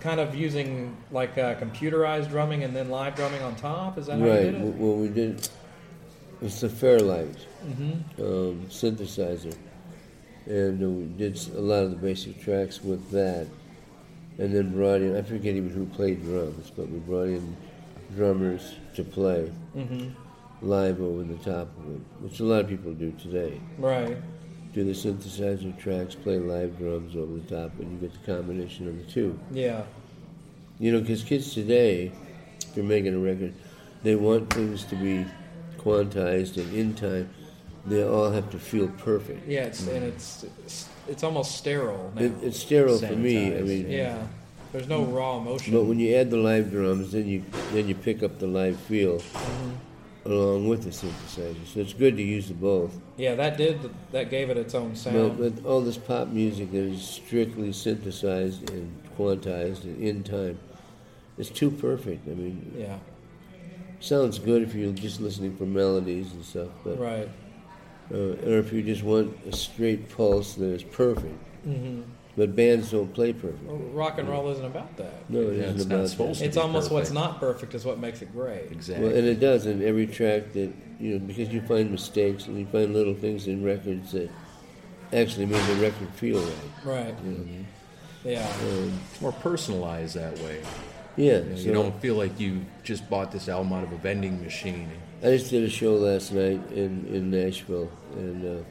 kind of using like uh, computerized drumming and then live drumming on top. Is that how
Right,
you did
w-
it?
well, we did. It's the Fairlight um, synthesizer. And uh, we did s- a lot of the basic tracks with that. And then brought in, I forget even who played drums, but we brought in drummers to play live over the top of it, which a lot of people do today.
Right,
do the synthesizer tracks, play live drums over the top, and you get the combination of the two.
yeah,
You know, because kids today, if you're making a record, they want things to be quantized and in time. They all have to feel perfect.
yeah. It's and it's, it's it's almost sterile now.
It, it's sterile for me. I
Sanitized,
mean,
yeah, there's no raw emotion.
but when you add the live drums, then you then you pick up the live feel
Mm-hmm.
along with the synthesizer. So it's good to use the both.
yeah, that did that gave it its own
Well,
sound.
with all this pop music that is strictly synthesized and quantized and in time, it's too perfect. I mean,
yeah,
it sounds good if you're just listening for melodies and stuff, but
right.
uh, or if you just want a straight pulse that is perfect.
Mm-hmm.
But bands don't play perfect.
Well, Rock and roll isn't about that.
No, it
Yeah,
not
it's not
about
supposed
that.
It's
be
almost what's
perfect.
not perfect is what makes it great.
Exactly.
Well, and it does in every track that you know because you find mistakes and you find little things in records that actually make the record feel right.
Right. Yeah.
it's more personalized that way.
Yeah,
You
so-
don't feel like you just bought this album out of a vending machine.
I just did a show last night in, in Nashville, and uh,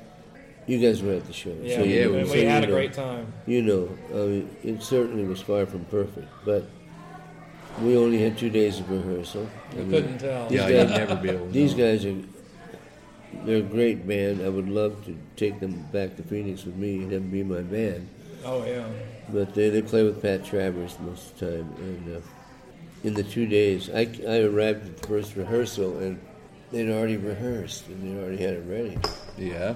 you guys were at the show.
Yeah,
so you-
yeah, we-
and
so
we
you
had a
know-
great time.
You know, I mean, it certainly was far from perfect, but we only had two days of rehearsal. I
We
mean,
couldn't uh, tell.
Yeah, you'd never be able to.
These
know.
guys are they're a great band. I would love to take them back to Phoenix with me and have them be my band,
Oh yeah.
but they, they play with Pat Travers most of the time. And uh, in the two days, I, I arrived at the first rehearsal, and they'd already rehearsed and they already had it ready.
Yeah.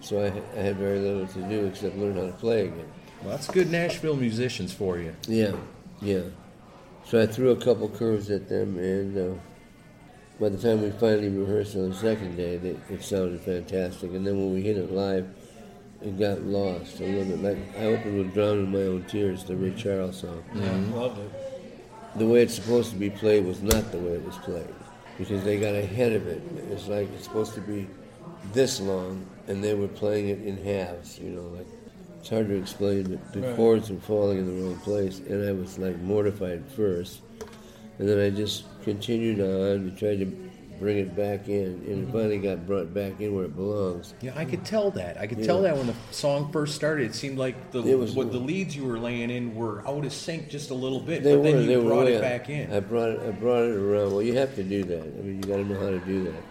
So I, I had very little to do except learn how to play again.
Well, that's good Nashville musicians for you.
Yeah, yeah. So I threw a couple curves at them, and uh, by the time we finally rehearsed on the second day, they, it sounded fantastic. And then when we hit it live, it got lost a little bit. Like I opened with "Drown in My Own Tears," the Ray Charles song.
Loved it.
The way it's supposed to be played was not the way it was played because they got ahead of it. It's like it's supposed to be this long, and they were playing it in halves. You know, like it's hard to explain, but the
Right.
chords were falling in the wrong place, and I was like mortified at first, and then I just continued on and tried to bring it back in, and it finally got brought back in where it belongs.
Mm-hmm. Yeah, I could tell that. I could tell that when the song first started, it seemed like the
It was-
what the leads you were laying in were out of sync just a little bit,
They
but
were,
then
they
you
were
brought
way
it
out.
back in.
I brought it, I brought it around. Well, you have to do that. I mean, you got to know how to do that.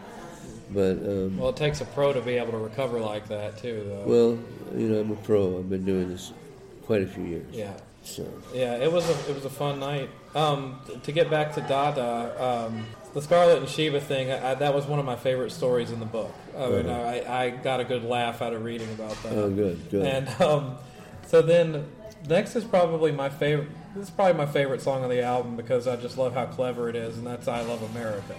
But um,
Well, it takes a pro to be able to recover like that too, though.
well, you know, I'm a pro. I've been doing this quite a few years.
yeah,
So
yeah. It was a it was a fun night. Um, t- to get back to Dada, um, the Scarlet and Sheba thing. I, I, that was one of my favorite stories in the book. I, mean, I, I got a good laugh out of reading about that.
oh, good, good.
And um, so then next is probably my favorite. This is probably my favorite song on the album because I just love how clever it is, and that's "I Love America."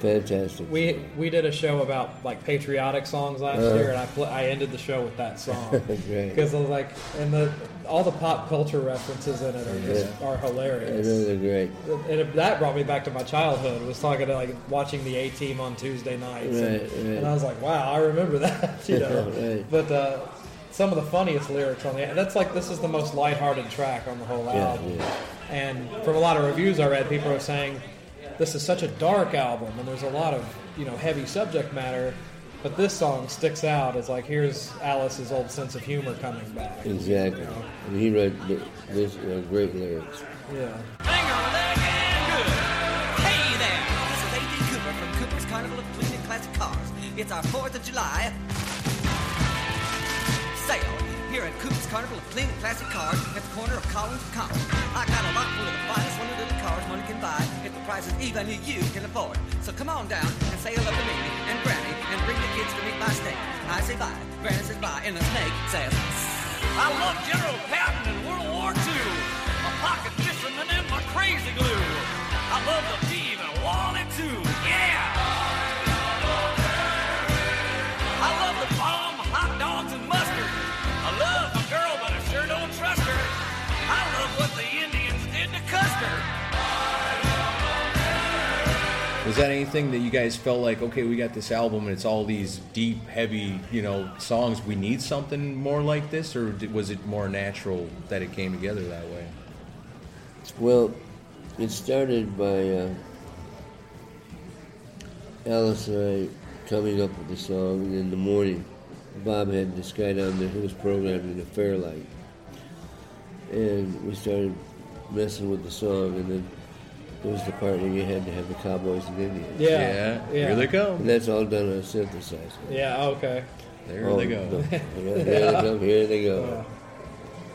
Fantastic.
We we did a show about like patriotic songs last
Uh-huh.
year, and I pl- I ended the show with that song
Great.
because I was like, and the all the pop culture references in it are just are
I know
hilarious.
they're great.
And it, that brought me back to my childhood. Was talking to like watching the A Team on Tuesday nights, and,
Right, right.
and I was like, wow, I remember that. You know,
Right.
but uh, some of the funniest lyrics on the and that's like this is the most lighthearted track on the whole
Yeah,
album.
yeah.
And from a lot of reviews I read, people are saying this is such a dark album, and there's a lot of you know heavy subject matter. But this song sticks out as like here's Alice's old sense of humor coming back.
Exactly. And he wrote th- this uh, great lyrics.
Yeah.
Finger leg and good. Hey there, this is A.D. Cooper from Cooper's Carnival of Clean and Classic Cars. It's our 4th of July sale here at Cooper's Carnival of Clean and Classic Cars at the corner of Collins and Collins. I got a lot full of the finest one of little cars money can buy if the price is even you can afford. So come on down and sail up to me and Granny and bring the kids to meet my snake. I say bye, Granny says bye, and the snake says, I love General Patton in World War II. My pocket fisherman and my crazy glue. I love the Beaver and Wally too. Yeah! I love the bomb, hot dogs, and mustard. I love my girl, but I sure don't trust her. I love what the Indians did to Custer.
Was that anything that you guys felt like, okay, we got this album and it's all these deep, heavy, you know, songs. We need something more like this, or did- was it more natural that it came together that way?
Well, it started by uh, Alice and I coming up with the song, and in the morning, Bob had this guy down there who was programming the Fairlight, and we started messing with the song, and then there was the part where you had to have the cowboys and Indians.
Yeah. Yeah.
Here they go.
And that's all done on a synthesizer.
Yeah, Okay.
There they go.
no. Here they come. Here they go.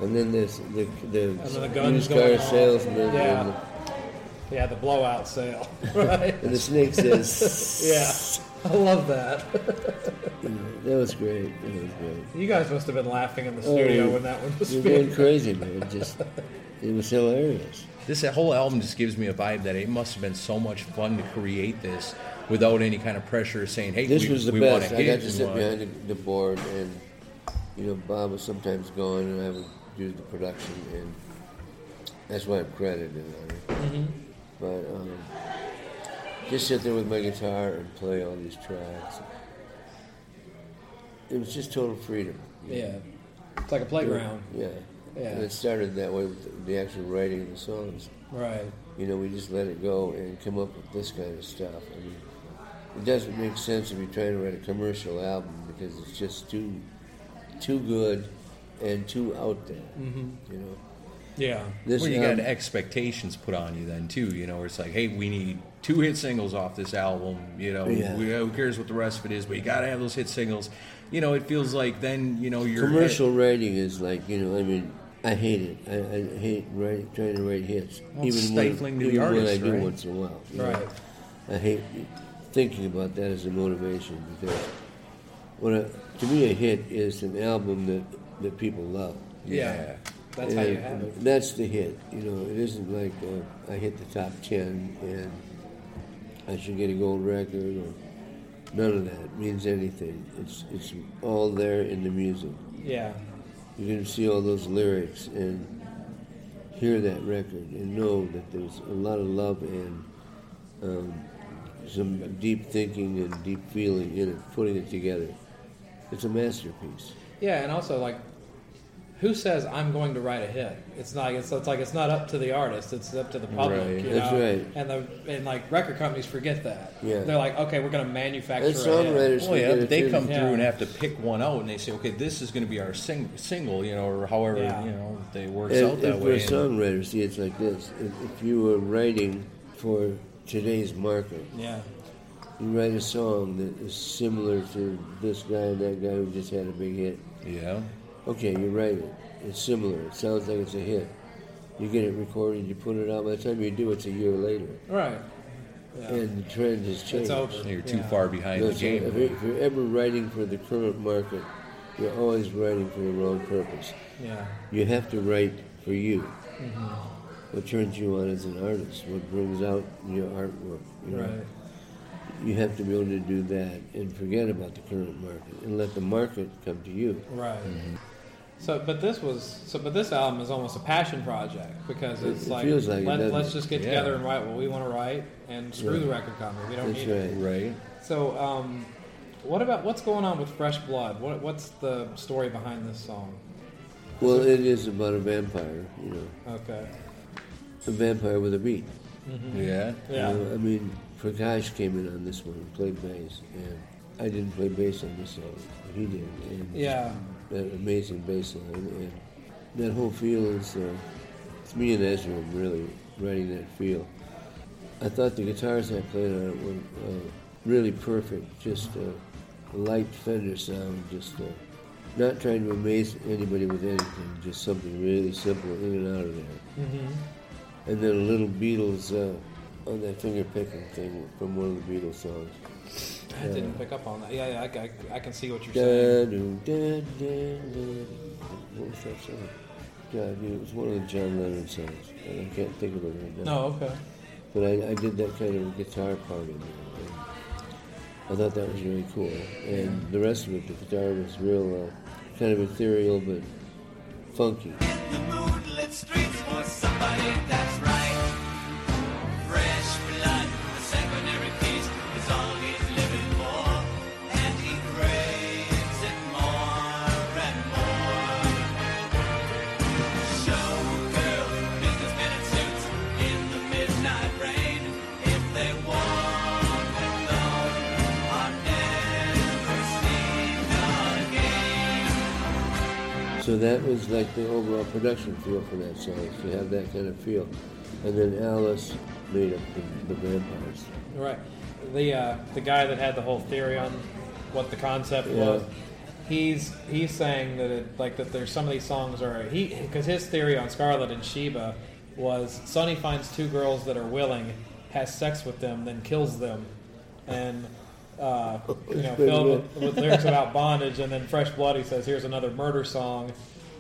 And then there's the,
then the
the,
guns
used
going
car
off.
salesman
Yeah.
and, the,
Yeah. The blowout sale. Right.
and the snake says,
yeah. I love that.
"That was great. That was great."
You guys must have been laughing in the studio
Oh,
when that one was
You're
being
going crazy, man. Just it was hilarious.
This whole album just gives me a vibe that it must have been so much fun to create this without any kind of pressure saying, hey,
This
we,
was the
we want
best.
to
I
hit.
got to
we
sit
wanna-
behind the, the board, and you know, Bob was sometimes gone, and I would do the production, and that's why I'm credited on it.
Mm-hmm.
But um, just sit there with my guitar and play all these tracks. It was just total freedom.
Yeah. It's like a playground.
Yeah.
Yeah.
And it started that way with the actual writing of the songs.
Right.
You know, we just let it go and come up with this kind of stuff. I mean, it doesn't make sense if you're trying to write a commercial album because it's just too, too good, and too out there.
Mm-hmm.
You know,
Yeah.
this um,
Well, you
album,
got expectations put on you then too. You know, where it's like, hey, we need two hit singles off this album. You know,
Yeah.
we, who cares what the rest of it is, but you got to have those hit singles. You know, it feels like then you know your
commercial writing is like you know. I mean, I hate it. I, I hate writing, trying to write hits,
Well, it's stifling
when,
to the
even when I
artist,
do
right?
once in a while. you know.
Right.
I hate thinking about that as a motivation because what a, to me a hit is an album that that people love.
Yeah.
Yeah.
That's how you
And
have it.
That's the hit. You know, it isn't like uh, I hit the top ten and I should get a gold record or none of that means anything. It's it's all there in the music.
Yeah.
You can see all those lyrics and hear that record and know that there's a lot of love and um, some deep thinking and deep feeling in it, putting it together. It's a masterpiece.
Yeah, and also like
who says I'm going to write a hit? It's not. It's, it's like it's not up to the artist. It's up to the public.
Right,
you
that's
know?
right.
And the and like record companies forget that.
Yeah.
They're like, okay, we're going to manufacture.
That's
a hit.
Oh,
songwriters.
Well, yeah,
forget it,
they
too.
come
Yeah.
through and have to pick one out, and they say, okay, this is going to be our sing- single, you know, or however,
Yeah.
you know, they works out
And
that
if we're a
way. And-
songwriter, see, it's like this. If, if you were writing for today's market,
Yeah.
you write a song that is similar to this guy and that guy who just had a big hit.
yeah.
Okay, you write it. It's similar. It sounds like it's a hit. You get it recorded, you put it out. By the time you do, it's a year later.
Right.
And the trend has changed.
It's over.
You're too
Yeah.
far behind
No,
the
so if,
game.
you- if you're ever writing for the current market, you're always writing for the wrong purpose.
Yeah.
You have to write for you. What turns you on as an artist, what brings out your artwork. You, know?
Right.
you have to be able to do that and forget about the current market and let the market come to you.
Right.
Mm-hmm.
So, but this was so, but this album is almost a passion project because
It-
it's
it
like,
feels like it,
let,
doesn't
us
it?
just get
Yeah.
together and write what we want to write and screw the record company. We don't
That's
need it.
right.
Right?
So, um, what about what's going on with Fresh Blood? What, what's the story behind this song?
Well, it is about a vampire, you know,
Okay.
a vampire with a beat.
Yeah.
Mm-hmm. Yeah.
You know, I mean, Prakash came in on this one and played bass, and I didn't play bass on this song, but he did. And
Yeah.
that amazing bass line and that whole feel is uh, it's me and Ezra really writing that feel. I thought the guitars I played on it were uh, really perfect, just uh, a light Fender sound, just uh, not trying to amaze anybody with anything, just something really simple in and out of there. Mm-hmm. And then a little Beatles uh, on that finger picking thing from one of the Beatles songs.
I didn't pick up on that. Yeah, yeah, I, I, I can see what you're saying.
Da, do, da, da, da. What was that song? God, dude, it was one of the John Lennon songs, and I can't think of it right now.
No, Oh, okay.
But I, I did that kind of guitar part in there. and I thought that was really cool. And the rest of it, the guitar was real, uh, kind of ethereal, but funky.
The moonlit streets for somebody that's right. Fresh blood, a sanguinary feast is all he's living for. And he craves it more and more. Showgirl, businessmen in suits in the midnight rain. If they walk alone, are never seen again.
So that was like the overall production feel for that song, to have that kind of feel. And then Alice made up the, the vampires.
Right. The uh, the guy that had the whole theory on what the concept
Yeah.
was, he's he's saying that it, like that there's some of these songs are he because his theory on Scarlet and Sheba was Sonny finds two girls that are willing, has sex with them, then kills them, and. Uh, you know,
pretty
filled with, with lyrics about bondage, and then Fresh Blood. He says, "Here's another murder song,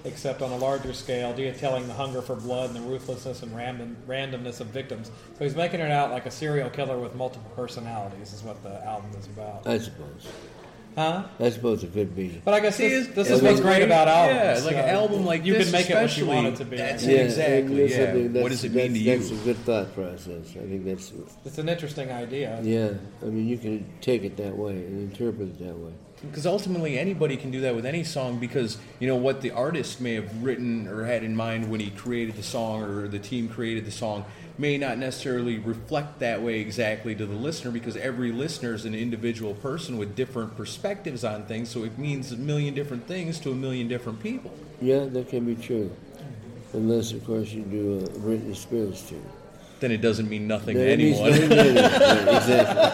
except on a larger scale, detailing the hunger for blood and the ruthlessness and random, randomness of victims. So he's making it out like a serial killer with multiple personalities, is what the album is about.
I suppose.
Huh?
I suppose it could be.
But I guess this, this
it's
is what's
like-
great about
Yeah,
albums.
like an
so
album like
you can
this
make it what you want it to
especially,
be.
that's
Yeah.
it. exactly,
and that's
yeah.
something-
What
that's-
does it mean
that's-
to
That's
you?
a good thought process. I think that's,
It's an interesting idea.
yeah. I mean, you can take it that way and interpret it that way.
Because ultimately, anybody can do that with any song because you know what the artist may have written or had in mind when he created the song or the team created the song may not necessarily reflect that way exactly to the listener because every listener is an individual person with different perspectives on things, so it means a million different things to a million different people.
Yeah, that can be true. Unless, of course, you do a Britney Spears tune.
Then it doesn't mean nothing
That
to
means
anyone.
nothing to anyone. Yeah,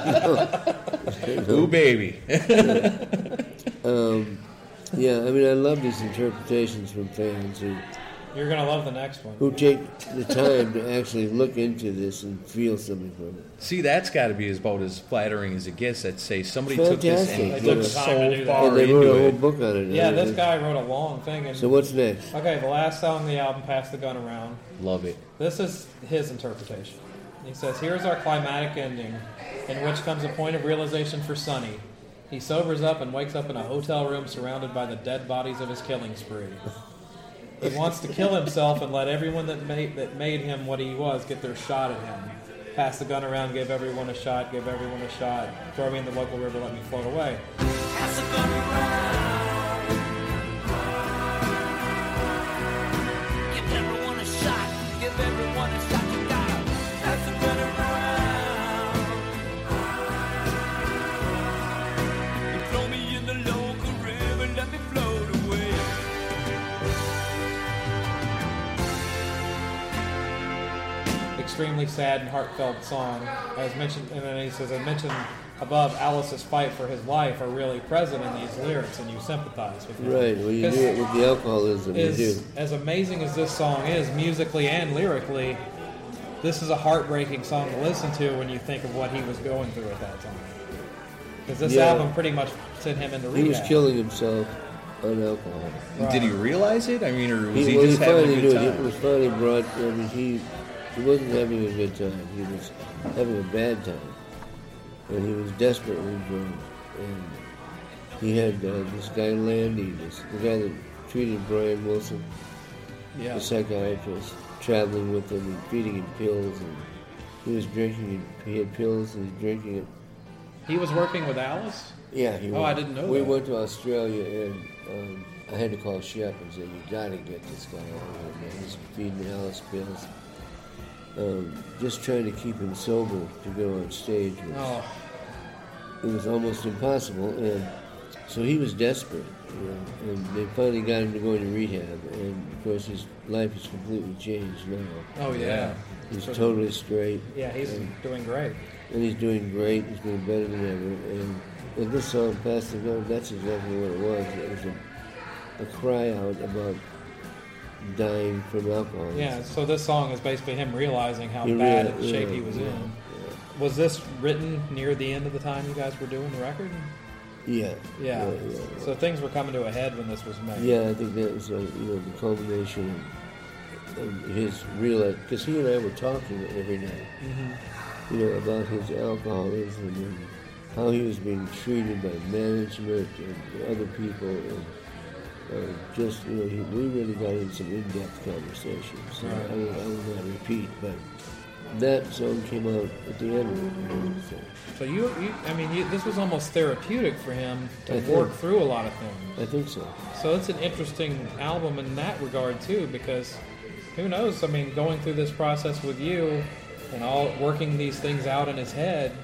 exactly.
Ooh, baby.
Yeah, I mean, I love these interpretations from fans who,
You're gonna love the next one.
who take the time to actually look into this and feel something from it.
See, that's got to be about as flattering as it gets. That say somebody took
Fantastic.
this and
They
looked
took the
time to
so
do that.
far
And they wrote a
into
whole
it.
book on it. I
Yeah,
mean,
this
it-
guy wrote a long thing. And
So what's next?
okay, the last song on the album, "Pass the Gun Around."
Love it.
This is his interpretation. He says, Here's our climatic ending, in which comes a point of realization for Sonny. He sobers up and wakes up in a hotel room surrounded by the dead bodies of his killing spree. He wants to kill himself and let everyone that made, that made him what he was get their shot at him. Pass the gun around, give everyone a shot, give everyone a shot. Throw me in the local river, let me float away.
Pass the gun around.
extremely sad and heartfelt song. As mentioned, and then he says, "I mentioned above Alice's fight for his life are really present in these lyrics, and you sympathize with him."
Right. Well, you do it with the alcoholism. You
is
do.
as amazing as this song is musically and lyrically. This is a heartbreaking song to listen to when you think of what he was going through at that time. Because this
Yeah.
album pretty much sent him into
He
rehab.
was killing himself on alcohol.
Did he realize it? I mean, or was he,
well,
just having a
knew
good
it. It
time?
was finally brought. I mean, he he wasn't having a good time. He was having a bad time, and he was desperately drunk. And he had uh, this guy Landy, this the guy that treated Brian Wilson,
Yeah.
the psychiatrist, traveling with him and feeding him pills. And he was drinking. He had pills and he was drinking it.
He was working with Alice.
Yeah, he
Oh,
went.
I didn't know
We
that.
went to Australia and um, I had to call Shep and say, "You got to get this guy out of here, man. He's feeding Alice pills." Um, just trying to keep him sober to go on stage was
Oh,
it was almost impossible, and so he was desperate. You know, and they finally got him to go into rehab, and of course his life is completely changed now.
oh yeah.
He's totally straight.
Yeah, he's doing great.
and he's doing great. He's doing better than ever. And, and this song, Past the Gun, that's exactly what it was. It was a, a cry out about dying from alcohol.
Yeah, so this song is basically him realizing how
He
bad
real-
and shape
yeah,
he was
yeah,
in. Was this written near the end of the time you guys were doing the record?
Yeah.
Yeah.
Yeah, yeah, yeah.
So things were coming to a head when this was made.
Yeah, I think that was uh, you know the culmination of, of his real because he and I were talking every night, you know, about his alcoholism and how he was being treated by management and other people, and uh, just you know he, we really got into some in-depth conversations. I, will, I will not repeat, but that song came out at the end of it. you know, so
So you, you I mean, you, this was almost therapeutic for him to
I think.
work through a lot of things.
I think so.
So it's an interesting album in that regard too, because who knows? I mean, going through this process with you and all working these things out in his head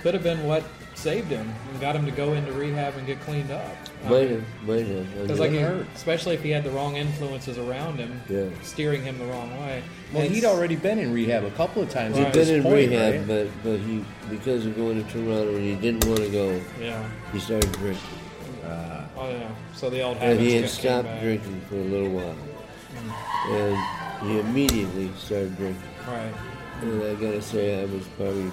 could have been what saved him and got him to go into rehab and get cleaned up.
Might have, might have. I
Because
mean,
like, especially if he had the wrong influences around him,
Yeah.
steering him the wrong way.
Well,
And
he'd
it's-
already been in rehab a couple of times.
He'd
at
been
this
in
point,
rehab,
right?
but but he because of going to Toronto and he didn't want to go,
Yeah.
he started drinking.
Oh yeah. So the old
And
habits.
he
got-
had
came
stopped
back.
drinking for a little while,
Mm.
and he immediately started drinking.
Right.
And I gotta say, I was probably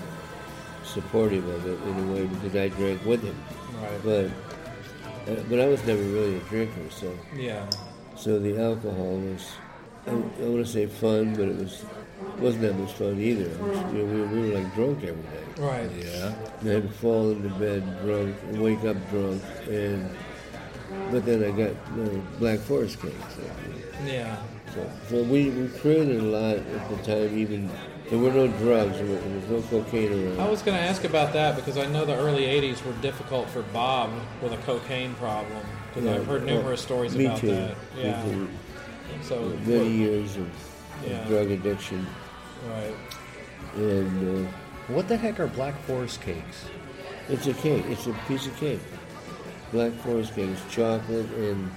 supportive of it in a way because I drank with him,
Right.
but uh, but I was never really a drinker, so
yeah.
so the alcohol was. I, I want to say fun, but it was wasn't that much fun either. It was- you know, we, we were like drunk every night.
Right.
yeah,
I had fall into bed drunk, and wake up drunk, and but then I got you know, Black Forest cake. So,
Yeah.
so, so we, we created a lot at the time. Even there were no drugs, there was, there was no cocaine
I
around.
was going to ask about that because I know the early '80s were difficult for Bob with a cocaine problem. Because
Yeah,
I've heard
yeah.
numerous stories
Me
about
too.
that.
Me
Yeah.
too.
So.
Many years of, of
Yeah.
drug addiction,
Right.
and uh,
What the heck are Black Forest cakes?
it's a cake. It's a piece of cake. Black Forest cake is chocolate and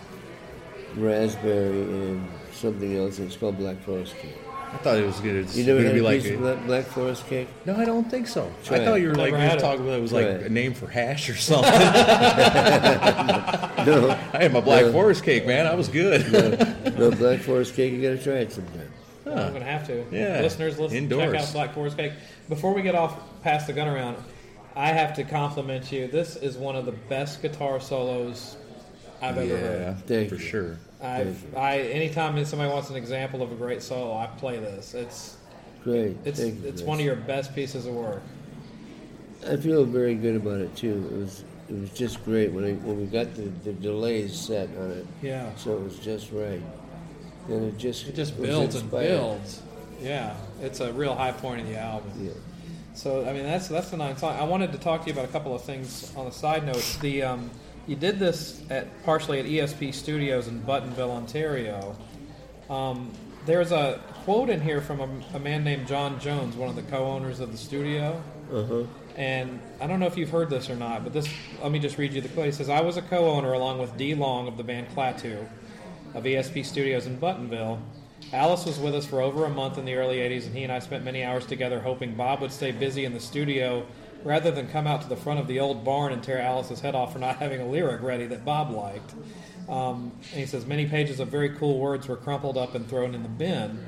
raspberry and something else. It's called Black Forest cake.
I thought it was good. It's
You never
gonna
had
be
a
like
piece of
a-
Black, Black Forest cake?
No, I don't think so.
Try
I thought
it.
you were
Never
like you
had
were
it.
talking about it was like
Try it.
a name for hash or something. I
No.
had my Black
No.
Forest cake, man. I was good.
no Black Forest cake. You gotta try it sometime.
I'm gonna have to.
Yeah.
Listeners, listen. Check out
Indoors.
Black Forest Cake. Before we get off past the gun around, I have to compliment you. This is one of the best guitar solos I've ever
yeah,
heard.
Thank
for
you.
sure.
I've, I anytime that somebody wants an example of a great solo, I play this. It's
Great.
it's
Thank you,
it's
Chris.
one of your best pieces of work.
I feel very good about it too. It was it was just great when I, when we got the, the delays set on it.
Yeah.
So it was just right. And it just
It just
was
builds and
inspired.
builds. Yeah, it's a real high point of the album.
Yeah.
So I mean, that's that's the ninth song. I wanted to talk to you about a couple of things on the side notes. The um, you did this at partially at ESP Studios in Buttonville, Ontario. Um, there's a quote in here from a, a man named John Jones, one of the co-owners of the studio. And I don't know if you've heard this or not, but this let me just read you the quote. He says, "I E was a co-owner along with D Long of the band Klaatu of ESP Studios in Buttonville." Alice was with us for over a month in the early 80s, and he and I spent many hours together hoping Bob would stay busy in the studio rather than come out to the front of the old barn and tear Alice's head off for not having a lyric ready that Bob liked. Um, and he says, many pages of very cool words were crumpled up and thrown in the bin.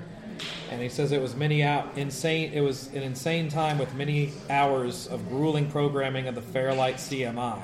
And he says it was many out insane. It was an insane time with many hours of grueling programming of the Fairlight CMI.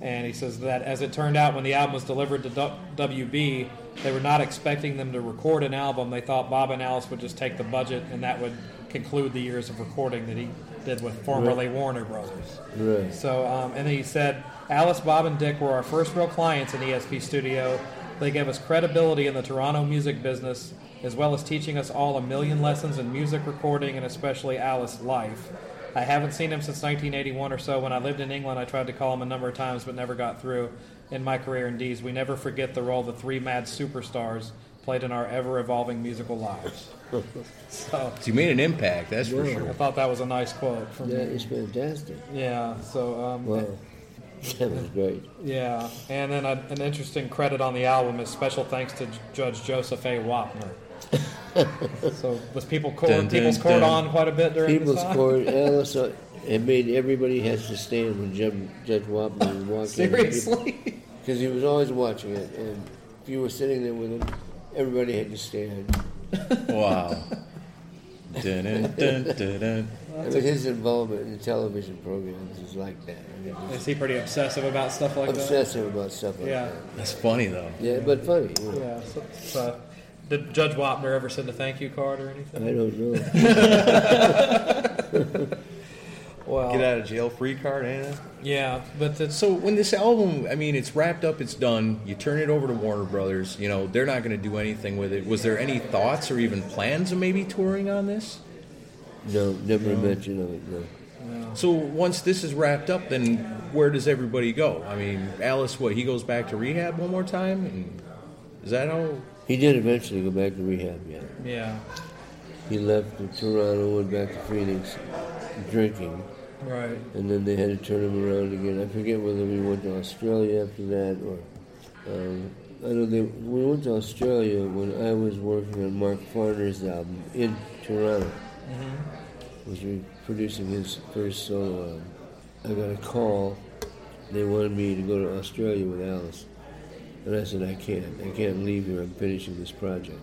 And he says that as it turned out, when the album was delivered to W- WB, they were not expecting them to record an album. They thought Bob and Alice would just take the budget, and that would conclude the years of recording that he did with formerly Warner Brothers.
Right.
So, um, and he said, Alice, Bob, and Dick were our first real clients in ESP Studio. They gave us credibility in the Toronto music business, as well as teaching us all a million lessons in music recording and especially Alice life. I haven't seen him since 1981 or so. When I lived in England, I tried to call him a number of times but never got through. In my career in D's, we never forget the role the three mad superstars played in our ever evolving musical lives. so
So you made an impact, that's for
I
sure.
thought that was a nice quote from
That is fantastic.
Yeah, so um,
Wow. That was great.
yeah, and then a, an interesting credit on the album is special thanks to J- Judge Joseph A. Wapner. so was people cor-
Dun, dun,
people scored
dun.
on quite a bit during
People
the time?
scored Alice. uh, It made everybody has to stand when Judge, Judge Wapner walked
Seriously,
Because he was always watching it, and if you were sitting there with him, everybody had to stand.
Wow. Dun, dun, dun, dun, dun.
I mean, his involvement in television programs is like that. I mean,
is he pretty obsessive about stuff like
obsessive about stuff
that?
like
Yeah,
that.
That's funny though.
Yeah, but funny. you know.
yeah. So, so, did Judge Wapner ever send a thank you card or anything?
I don't know.
Well,
Get out of jail free card, eh? Anna.
yeah, but that's
So when this album, I mean, it's wrapped up, it's done. You turn it over to Warner Brothers. You know they're not going to do anything with it. Was there any thoughts or even plans of maybe touring on this?
No, never a mention of it. No.
So once this is wrapped up, then where does everybody go? I mean, Alice, what he goes back to rehab one more time, and is that how?
He did eventually go back to rehab. Yeah,
yeah,
he left to Toronto, went back to Phoenix, drinking,
right.
and then they had to turn him around again. I forget whether we went to Australia after that or. Um, I don't think we went to Australia when I was working on Mark Farner's album in Toronto, which was producing his first solo album. I got a call. They wanted me to go to Australia with Alice, and I said I can't. I can't leave here. I'm finishing this project.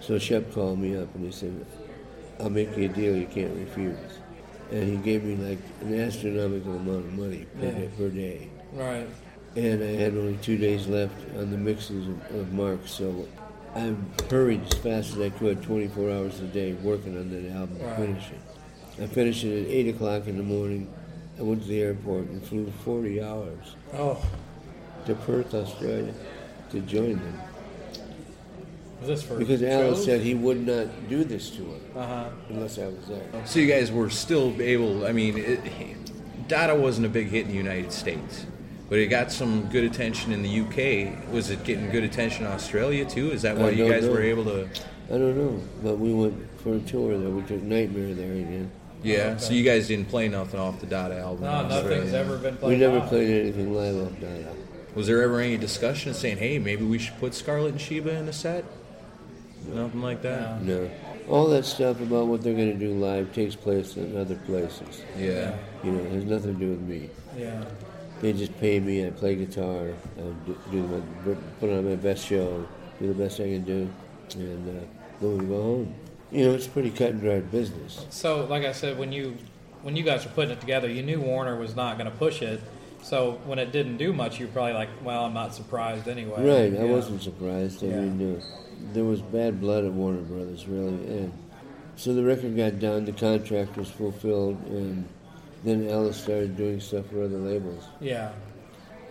So Shep called me up and he said, "I'll make you a deal. You can't refuse." And he gave me like an astronomical amount of money per,
Yeah.
day, per day
Right.
and I had only two days left on the mixes of, of Mark, so I hurried as fast as I could, 24 hours a day, working on that album, to
Right.
finish it. I finished it at 8 o'clock in the morning. I went to the airport and flew 40 hours
Oh,
to Perth, Australia, to join them.
was this for
Because
shows?
Alice said he would not do this to her
Uh-huh.
unless I was there.
So you guys were still able. I mean, it, Dada wasn't a big hit in the United States, but it got some good attention in the UK. Was it getting good attention in Australia too? Is that why
I
you
don't
guys
know.
were able to?
I don't know, but we went for a tour there. We took Nightmare there again.
Yeah. So you guys didn't play nothing off the Dada album. in
No, nothing's
Australia.
ever been played.
We never
live.
played anything live off Dada.
Was there ever any discussion saying, "Hey, maybe we should put Scarlet and Sheba in a set"? Nothing like that.
No. All that stuff about what they're going to do live takes place in other places.
Yeah.
You know, it has nothing to do with me.
Yeah.
They just pay me, I play guitar, I do, do my, put on my best show, do the best I can do, and uh, then we go home. You know, it's pretty cut and dried business.
So, like I said, when you when you guys were putting it together, you knew Warner was not going to push it. So when it didn't do much, you were probably like, "Well, I'm not surprised anyway."
Right, I
Yeah.
wasn't surprised. I
Yeah.
mean, uh, there was bad blood at Warner Brothers, really. And so the record got done, the contract was fulfilled, and then Alice started doing stuff for other labels.
Yeah.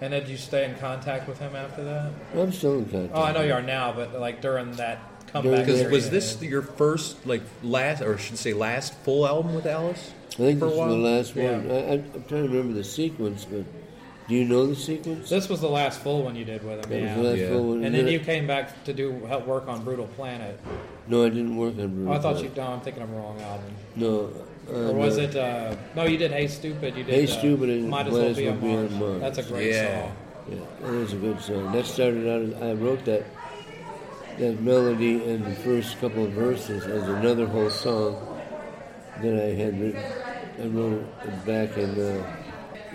And did you stay in contact with him after that?
I'm still in contact.
Oh, I know you are now, but like during that comeback.
During
Because
Yeah.
was this your first, like, last, or I should say, last full album with Alice?
I think
for a
this was
while?
the last
Yeah.
one. I, I, I'm trying to remember the sequence, but do you know the sequence?
This was the last full one you did with him.
That
yeah.
was the last
Yeah.
full one.
and then you came back to do help work on Brutal Planet.
No, I didn't work on Brutal.
Oh, I thought you.
Planet.
No, I'm thinking of the wrong album.
No. Uh,
Or was
no.
it? Uh, no, you did "Hey Stupid." You did.
Hey
uh,
Stupid and
Might as
Might
well
As
be,
Well
on,
Be
Mars.
on Mars.
That's a great
Yeah.
song.
Yeah, that was a good song. That started out. As, I wrote that that melody and the first couple of verses as another whole song that I had written. I wrote it back in the,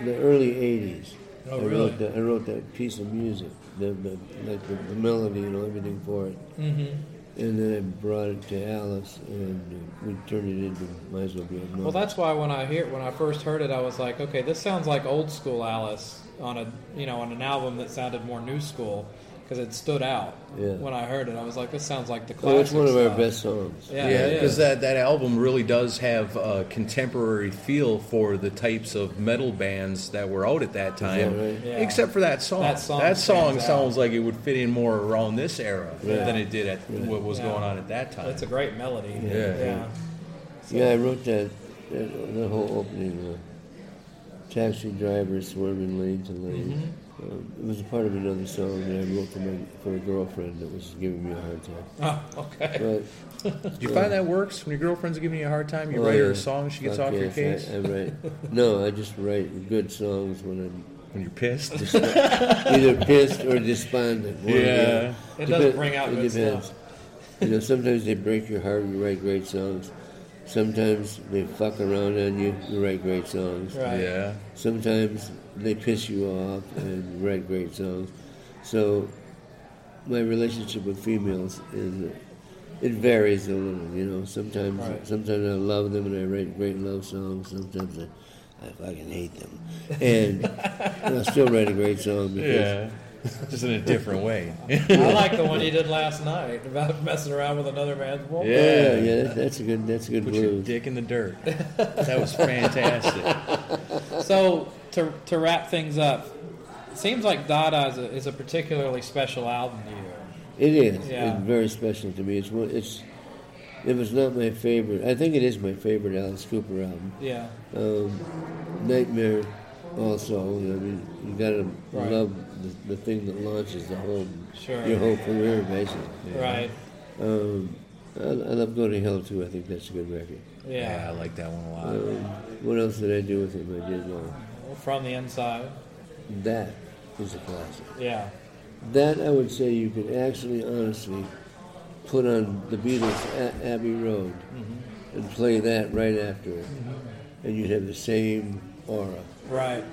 the early 80s.
Oh,
I,
really?
wrote that, I wrote that piece of music, the, the, like the, the melody and everything for it.
Mm-hmm.
And then I brought it to Alice, and uh, we turned it into Might As Well Be a Mom.
Well, that's why when I hear when I first heard it, I was like, okay, this sounds like old school Alice on a you know on an album that sounded more new school because it stood out.
Yeah.
When I heard it, I was like, this sounds like the classic.
Oh, it's one of our
stuff.
best songs.
Yeah,
Yeah,
it
because
is.
that, that album really does have a contemporary feel for the types of metal bands that were out at that time,
right?
Yeah.
except for that song.
That song
song
stands out.
sounds like it would fit in more around this era
Yeah.
than it did at what was
Yeah.
going on at that time.
It's a great melody.
Yeah.
yeah.
Yeah, I wrote that, that the whole opening. Uh, taxi driver swerving lane to lane.
Mm-hmm.
Um, it was a part of another song that I wrote for my for a girlfriend that was giving me a hard time.
Oh, okay.
But
Do you find that works when your girlfriend's giving you a hard time? You
oh,
write her
yeah,
a song, she gets
fuck
off your
yes,
case
I, I write. No, I just write good songs when I'm
when you're pissed.
either pissed or despondent. one or the other.
yeah,
It
Depen-
doesn't bring out
it
good
depends.
stuff.
You know, sometimes they break your heart. You write great songs. Sometimes they fuck around on you. You write great songs.
Right.
yeah.
Sometimes they piss you off and write great songs. So my relationship with females is it varies a little, you know. Sometimes
Right.
sometimes I love them and I write great love songs. Sometimes I, I fucking hate them, and I still write a great song because
Yeah, just in a different way.
I like the one you did last night about messing around with another man's woman.
yeah,
yeah.
yeah, that, that's a good that's a good
Put your
blues.
dick in the dirt. That was fantastic.
So to, to wrap things up, it seems like Dada is a, is a particularly special album to you.
It is.
Yeah.
It's very special to me. It's one. It's it was not my favorite. I think it is my favorite Alice Cooper album.
Yeah.
Nightmare also. I mean, you gotta
Right.
love the, the thing that launches the whole
Sure.
your whole career, basically.
Right.
I, I love Go to Hell too. I think that's a good record.
Yeah, I
Yeah.
like that one a lot.
What else did I do with him? I did uh,
From the inside.
that is a classic.
Yeah.
That I would say you could actually, honestly, put on the Beatles' A- Abbey Road
Mm-hmm.
and play that right after it, and you'd have the same aura.
Right.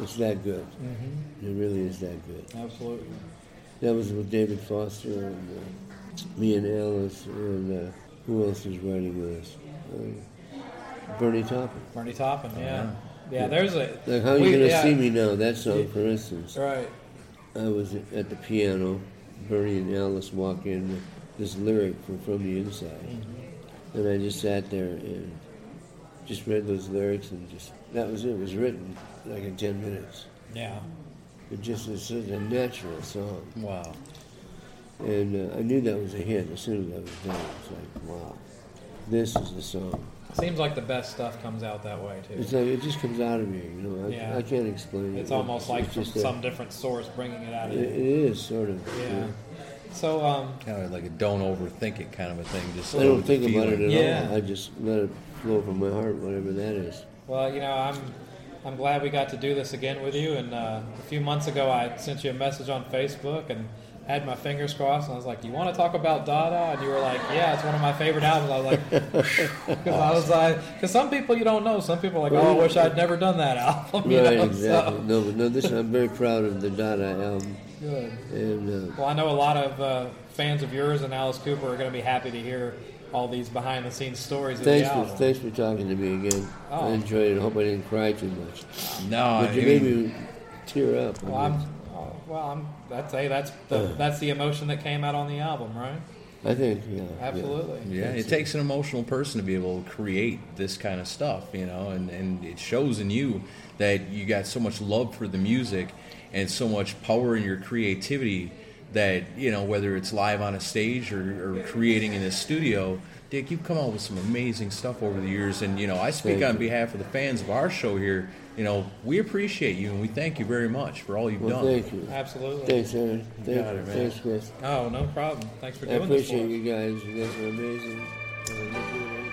It's that good.
Mm-hmm.
It really is that good.
Absolutely.
That was with David Foster and uh, me and Alice and uh, who else was writing with us? Uh, Bernie Taupin.
Bernie Taupin. Yeah. Yeah. There's a.
Like how you
we-
gonna
yeah,
see me now? That song, for instance.
Right.
I was at the piano. Bernie and Alice walk in with this lyric from From the Inside,
Mm-hmm.
and I just sat there and just read those lyrics and just that was it. It was written like in ten minutes.
Yeah.
It just is such a natural song.
Wow.
And uh, I knew that was a hit as soon as I was done. It's like, wow, this is the song.
Seems like the best stuff comes out that way too.
It's like it just comes out of me, you know. I,
Yeah.
I can't explain it.
It's almost like from
just a-
some different source bringing it out of
It,
you.
it is sort of. you
Yeah.
know.
So um,
Kind of like a don't overthink it kind of a thing. Just
I don't think about
feeling.
it at
Yeah.
all. I just let it flow from my heart, whatever that is.
Well, you know, I'm I'm glad we got to do this again with you. And uh, a few months ago, I sent you a message on Facebook and had my fingers crossed. And I was like, "You want to talk about Dada?" And you were like, "Yeah, it's one of my favorite albums." I was like, "Because I was like, because some people you don't know. Some people are like, oh, I wish I'd never done that album." You
Right,
know?
exactly.
So,
No, but no, this I'm very proud of the Dada album,
good.
and uh,
Well, I know a lot of uh, fans of yours and Alice Cooper are going to be happy to hear all these behind-the-scenes stories of
thanks
the
for
album.
thanks for talking to me again.
Oh.
I enjoyed it. I hope I didn't cry too much,
No, I
but you made me tear up.
Well, I'm, oh, well, I'm, that's hey, that's the
Uh.
that's the emotion that came out on the album, right?
I think, yeah,
Absolutely.
Yeah, it takes an emotional person to be able to create this kind of stuff, you know, and, and it shows in you that you got so much love for the music and so much power in your creativity that, you know, whether it's live on a stage or, or creating in a studio, Dick, you've come out with some amazing stuff over the years. And, you know, I speak
Thank
on
you.
behalf of the fans of our show here. You know, we appreciate you and we thank you very much for all you've
Well,
done.
thank you.
Absolutely.
Thanks, Aaron. Thank,
got it, man.
thanks, Chris.
Oh, no problem. Thanks for
I
doing this. For us.
appreciate you guys. You guys are amazing. And I love you and everything.
Thank